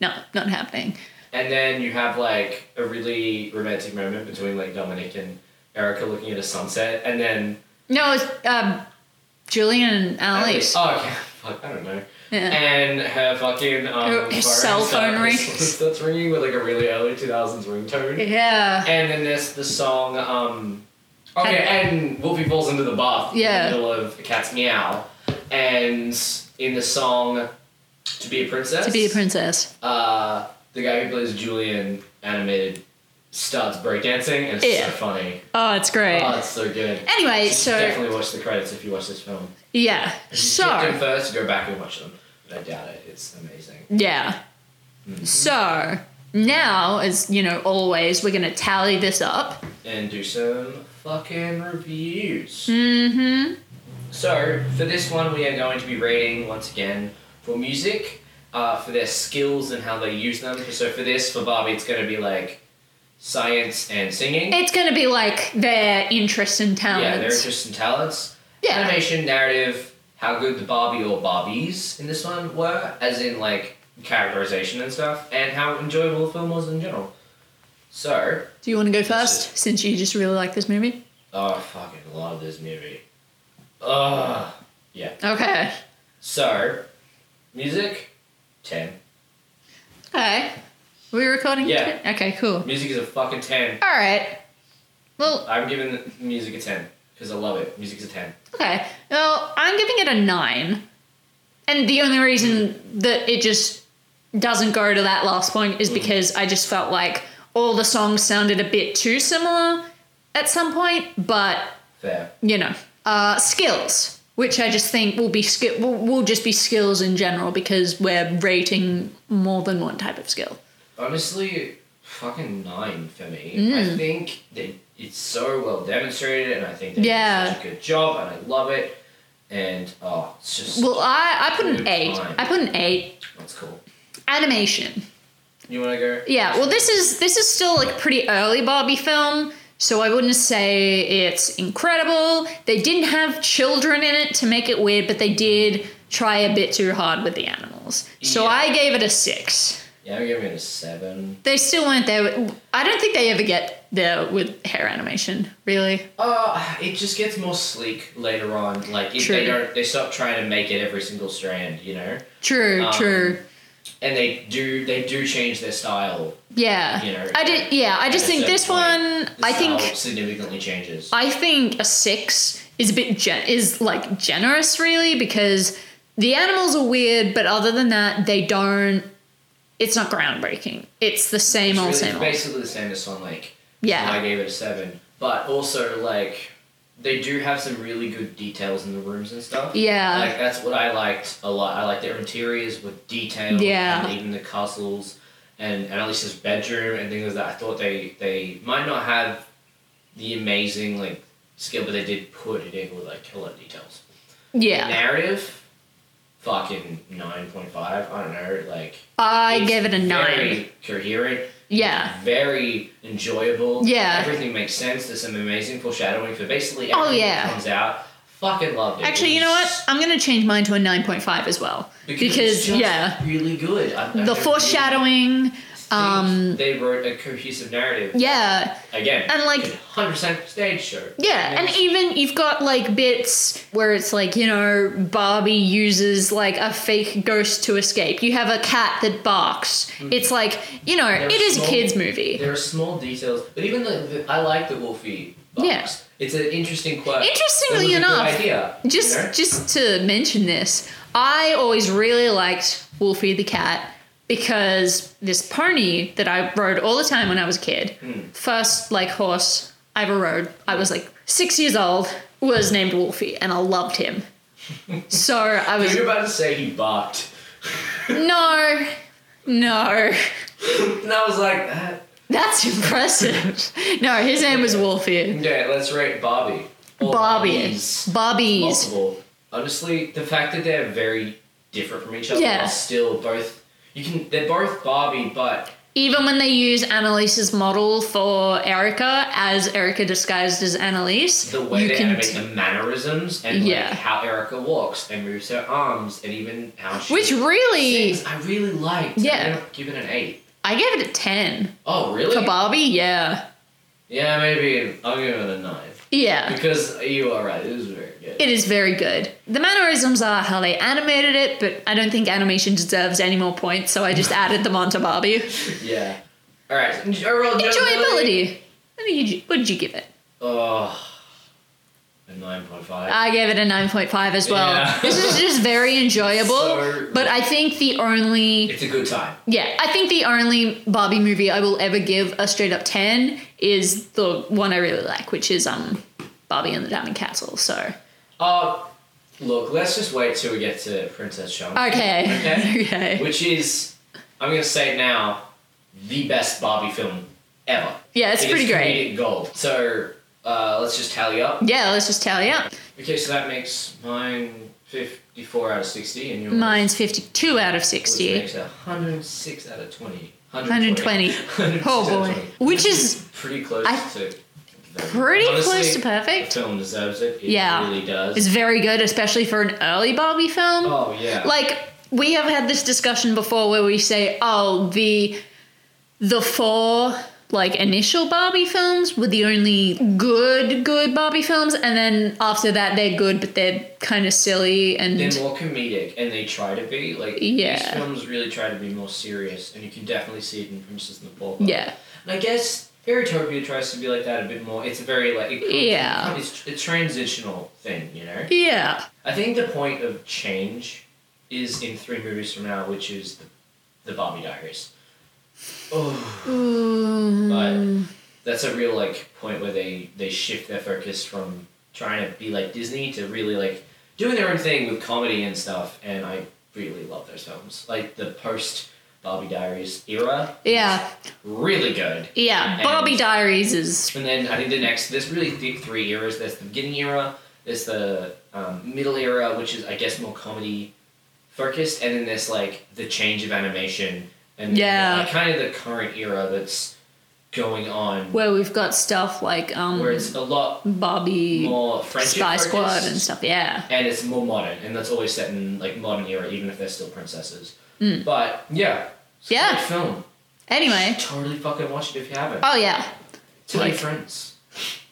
Speaker 4: no, not happening.
Speaker 3: and then you have like a really romantic moment between like Dominic and Erica looking at a sunset, and then
Speaker 4: No, it's um, Julian and Alice.
Speaker 3: Oh yeah, [LAUGHS] fuck, I don't know.
Speaker 4: Yeah.
Speaker 3: And her fucking um,
Speaker 4: Her- her
Speaker 3: phone
Speaker 4: cell phone
Speaker 3: [LAUGHS] starts-
Speaker 4: rings.
Speaker 3: That's ringing with like a really early two thousands ringtone.
Speaker 4: yeah.
Speaker 3: And then there's the song, um, oh yeah, and Wolfie falls into the bath
Speaker 4: Yeah.
Speaker 3: in the middle of a cat's meow. And in the song, To Be a Princess,
Speaker 4: To be a princess.
Speaker 3: uh, the guy who plays Julian animated starts breakdancing, and it's
Speaker 4: Yeah.
Speaker 3: so funny.
Speaker 4: Oh, it's great.
Speaker 3: Oh, it's so good.
Speaker 4: anyway, so
Speaker 3: Definitely watch the credits if you watch this film.
Speaker 4: yeah.
Speaker 3: If you skipped them
Speaker 4: So
Speaker 3: first, go back and watch them. But I doubt it. It's amazing.
Speaker 4: yeah.
Speaker 3: Mm-hmm.
Speaker 4: So now, as you know, always, we're gonna tally this up.
Speaker 3: and do some fucking reviews.
Speaker 4: Mm-hmm.
Speaker 3: So, for this one, we are going to be rating once again for music, uh, for their skills and how they use them. So, for this, for Barbie, it's going to be like science and singing.
Speaker 4: It's gonna be like their interests and
Speaker 3: yeah, their
Speaker 4: talents.
Speaker 3: interests and talents.
Speaker 4: Yeah.
Speaker 3: Animation, narrative, how good the Barbie or Barbies in this one were, as in like characterization and stuff, and how enjoyable the film was in general. So,
Speaker 4: Do you want to go first, since you just really like this movie?
Speaker 3: Oh, I fucking love this movie. Ugh. Yeah.
Speaker 4: Okay.
Speaker 3: So, music, 10.
Speaker 4: Okay. Are we recording?
Speaker 3: Yeah.
Speaker 4: today? Okay. Cool.
Speaker 3: Music is a fucking 10.
Speaker 4: All right. Well,
Speaker 3: I'm giving the music a 10 because I love it. Music's a 10.
Speaker 4: okay. Well, I'm giving it a nine, and the only reason that it just doesn't go to that last point is because I just felt like all the songs sounded a bit too similar at some point, but
Speaker 3: Fair.
Speaker 4: you know, uh, skills, which I just think will be skill will, will just be skills in general because we're rating more than one type of skill.
Speaker 3: Honestly, fucking 9 for me.
Speaker 4: Mm.
Speaker 3: I think they, it's so well demonstrated and I think they
Speaker 4: Yeah.
Speaker 3: did such a good job and I love it. And, oh, it's just.
Speaker 4: Well, I I put an
Speaker 3: Good
Speaker 4: eight.
Speaker 3: time.
Speaker 4: I put an eight.
Speaker 3: that's cool.
Speaker 4: Animation.
Speaker 3: You want to go?
Speaker 4: Yeah. Well, this is this is still like a pretty early Barbie film. So I wouldn't say it's incredible. They didn't have children in it to make it weird, but they did try a bit too hard with the animals. So
Speaker 3: Yeah.
Speaker 4: I gave it a six.
Speaker 3: Yeah, I'm giving it a 7.
Speaker 4: They still weren't there. with- I don't think they ever get there with hair animation, really.
Speaker 3: Uh, it just gets more sleek later on. Like if
Speaker 4: True.
Speaker 3: they don't, they stop trying to make it every single strand, you know.
Speaker 4: True,
Speaker 3: Um,
Speaker 4: true.
Speaker 3: And they do, they do change their style.
Speaker 4: Yeah.
Speaker 3: you know,
Speaker 4: I did. Yeah, I just
Speaker 3: at a
Speaker 4: think
Speaker 3: certain
Speaker 4: this
Speaker 3: point.
Speaker 4: one.
Speaker 3: The
Speaker 4: I
Speaker 3: style
Speaker 4: think.
Speaker 3: significantly changes.
Speaker 4: I think a six is a bit gen- is like generous, really, because the animals are weird, but other than that, they don't. It's not groundbreaking. It's the same
Speaker 3: it's
Speaker 4: old,
Speaker 3: really-
Speaker 4: same
Speaker 3: it's
Speaker 4: old.
Speaker 3: basically the same as one. Like
Speaker 4: Yeah.
Speaker 3: I gave it a seven, but also like they do have some really good details in the rooms and stuff.
Speaker 4: Yeah.
Speaker 3: like that's what I liked a lot. I like their interiors with detail.
Speaker 4: Yeah.
Speaker 3: and even the castles and, and Alicia's bedroom and things like that. I thought they they might not have the amazing like skill, but they did put it in with like a lot of details.
Speaker 4: yeah,
Speaker 3: Narrative, fucking nine point five. I don't know, like.
Speaker 4: I
Speaker 3: It's
Speaker 4: gave it a nine.
Speaker 3: Very coherent.
Speaker 4: Yeah.
Speaker 3: Very enjoyable.
Speaker 4: Yeah.
Speaker 3: Everything makes sense. There's some amazing foreshadowing for basically
Speaker 4: Oh,
Speaker 3: everything that
Speaker 4: yeah.
Speaker 3: comes out. Fucking loved it.
Speaker 4: Actually,
Speaker 3: It
Speaker 4: you know what?
Speaker 3: was-
Speaker 4: I'm gonna change mine to a nine point five as well because,
Speaker 3: Because, it's just
Speaker 4: yeah,
Speaker 3: really good. I, I
Speaker 4: the
Speaker 3: don't
Speaker 4: foreshadowing.
Speaker 3: really
Speaker 4: um,
Speaker 3: think they wrote a cohesive narrative
Speaker 4: Yeah,
Speaker 3: again.
Speaker 4: and, like-
Speaker 3: hundred percent stage show.
Speaker 4: Yeah, and
Speaker 3: it's-
Speaker 4: even you've got like bits where it's like, you know, Barbie uses like a fake ghost to escape. You have a cat that barks. It's like, you know,
Speaker 3: There are
Speaker 4: it is
Speaker 3: Mm. small-
Speaker 4: a kids movie.
Speaker 3: There are small details, but even the, the I like the Wolfie. Box.
Speaker 4: Yeah.
Speaker 3: It's an interesting quirk. That was a
Speaker 4: Interestingly
Speaker 3: good
Speaker 4: enough,
Speaker 3: idea, you
Speaker 4: Just
Speaker 3: know?
Speaker 4: just to mention this, I always really liked Wolfie the cat because this pony that I rode all the time when I was a kid, first like horse I ever rode, I was like 6 years old, was named Wolfie and I loved him. So I was
Speaker 3: you were about to say he barked, [LAUGHS]
Speaker 4: No, no,
Speaker 3: and I was like, that
Speaker 4: that's impressive. No, his name was Wolfie.
Speaker 3: Okay, let's rate Bobby. Or
Speaker 4: Barbies. Barbies.
Speaker 3: Multiple. Honestly, the fact that they're very different from each other
Speaker 4: Yeah.
Speaker 3: are still both. You can. They're both Barbie, but
Speaker 4: Even when they use Annalise's model for Erica as Erica disguised as Annalise,
Speaker 3: the way
Speaker 4: you
Speaker 3: they
Speaker 4: can
Speaker 3: animate
Speaker 4: t-
Speaker 3: the mannerisms and
Speaker 4: Yeah.
Speaker 3: like how Erica walks and moves her arms and even how she
Speaker 4: which really,
Speaker 3: sings, I really liked.
Speaker 4: Yeah.
Speaker 3: I don't give it an eight.
Speaker 4: I gave it a ten
Speaker 3: Oh really?
Speaker 4: for Barbie. Yeah,
Speaker 3: Yeah, maybe I'll give it a nine
Speaker 4: yeah,
Speaker 3: because you are right. It is very good.
Speaker 4: it is very good. The mannerisms are how they animated it, but I don't think animation deserves any more points,
Speaker 3: [LAUGHS]
Speaker 4: so I just added them onto Barbie.
Speaker 3: yeah. All right. Overall enjoyability.
Speaker 4: Enjoyability. What did you, what did you give it?
Speaker 3: Oh, a nine point five.
Speaker 4: I gave it a 9.5 as well.
Speaker 3: Yeah.
Speaker 4: This is just
Speaker 3: [LAUGHS]
Speaker 4: very enjoyable,
Speaker 3: So-
Speaker 4: but I think the only
Speaker 3: it's a good time.
Speaker 4: yeah, I think the only Barbie movie I will ever give a straight up 10 is the one I really like, which is um Barbie and the Diamond Castle. So,
Speaker 3: Uh, look, let's just wait till we get to Princess Charming,
Speaker 4: okay.
Speaker 3: Okay.
Speaker 4: [LAUGHS] okay.
Speaker 3: which is, I'm gonna say it now, the best Barbie film ever.
Speaker 4: Yeah, it's
Speaker 3: It is
Speaker 4: pretty great.
Speaker 3: comedic Gold. So uh, let's just tally up.
Speaker 4: Yeah, let's just tally up.
Speaker 3: Okay, so that makes mine 54 out of 60, and yours
Speaker 4: Mine's 52 out of
Speaker 3: which
Speaker 4: 60.
Speaker 3: makes 106 out of 20. [LAUGHS]
Speaker 4: 120.
Speaker 3: 106
Speaker 4: Oh
Speaker 3: out of
Speaker 4: boy.
Speaker 3: 20.
Speaker 4: Which is
Speaker 3: pretty close
Speaker 4: I-
Speaker 3: to.
Speaker 4: pretty
Speaker 3: Honestly,
Speaker 4: close to
Speaker 3: The
Speaker 4: perfect.
Speaker 3: film deserves it. It
Speaker 4: Yeah.
Speaker 3: really does.
Speaker 4: It's very good, especially for an early Barbie film.
Speaker 3: oh yeah.
Speaker 4: like we have had this discussion before where we say oh the the four like initial barbie films were the only good good barbie films and then after that they're good but they're kind of silly and
Speaker 3: they're more comedic and they try to be like these
Speaker 4: Yeah.
Speaker 3: films really try to be more serious and you can definitely see it in Princess and the Pauper.
Speaker 4: yeah
Speaker 3: And I guess Fairytopia tries to be like that a bit more. It's a very like it comes-
Speaker 4: Yeah.
Speaker 3: it's a transitional thing, you know.
Speaker 4: yeah
Speaker 3: I think the point of change is in three movies from now, which is the, the Barbie Diaries. Oh,
Speaker 4: Ooh.
Speaker 3: that's a real like point where they they shift their focus from trying to be like Disney to really like doing their own thing with comedy and stuff. And I really love those films, like the post Barbie Diaries era.
Speaker 4: yeah
Speaker 3: Really good.
Speaker 4: yeah
Speaker 3: And-
Speaker 4: barbie diaries is
Speaker 3: And then I think the next, there's really th- three eras. There's the beginning era, there's the um, middle era, which is I guess more comedy focused, and then there's like the change of animation and
Speaker 4: Yeah.
Speaker 3: like, kind of the current era that's going on,
Speaker 4: where we've got stuff like um
Speaker 3: where it's a lot
Speaker 4: barbie
Speaker 3: more friendship
Speaker 4: spy squad
Speaker 3: focused,
Speaker 4: and stuff yeah
Speaker 3: and it's more modern, and that's always set in like modern era, even if they're still princesses. But yeah, it's a
Speaker 4: Hmm. Yeah.
Speaker 3: great film.
Speaker 4: anyway
Speaker 3: Totally fucking watch it if you haven't.
Speaker 4: oh yeah
Speaker 3: Tell
Speaker 4: Like-
Speaker 3: your friends.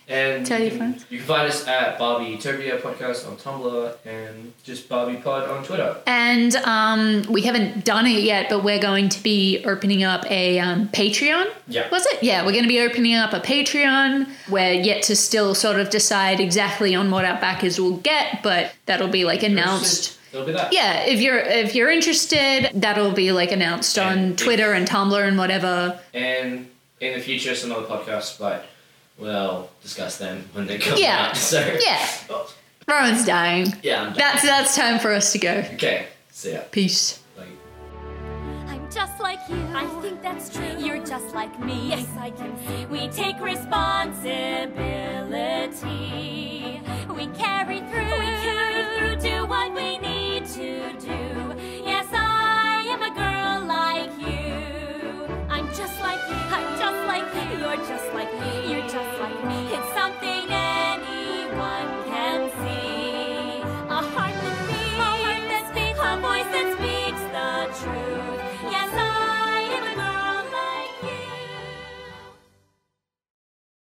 Speaker 3: And
Speaker 4: Tell
Speaker 3: you
Speaker 4: your
Speaker 3: can,
Speaker 4: friends.
Speaker 3: You can find us at Barbie Utopia Podcast on Tumblr and just Barbie Pod on Twitter.
Speaker 4: And um, we haven't done it yet, but we're going to be opening up a um, Patreon.
Speaker 3: Yeah.
Speaker 4: Was it? Yeah, we're going to be opening up a Patreon. We're yet to still sort of decide exactly on what our backers will get, but that'll be like announced.
Speaker 3: It'll be that.
Speaker 4: Yeah, if you're if you're interested, that'll be like announced on
Speaker 3: And-
Speaker 4: Twitter and Tumblr and whatever.
Speaker 3: And in the future, some other podcasts, but we'll discuss them when they come
Speaker 4: Yeah.
Speaker 3: out. [LAUGHS] So
Speaker 4: Yeah.
Speaker 3: Oh,
Speaker 4: Rowan's dying.
Speaker 3: yeah. I'm done.
Speaker 4: That's that's time for us to go.
Speaker 3: Okay. See ya.
Speaker 4: Peace.
Speaker 3: Like.
Speaker 1: I'm just like you. I think that's true. You're just like me. Yes, I can. We take responsibility.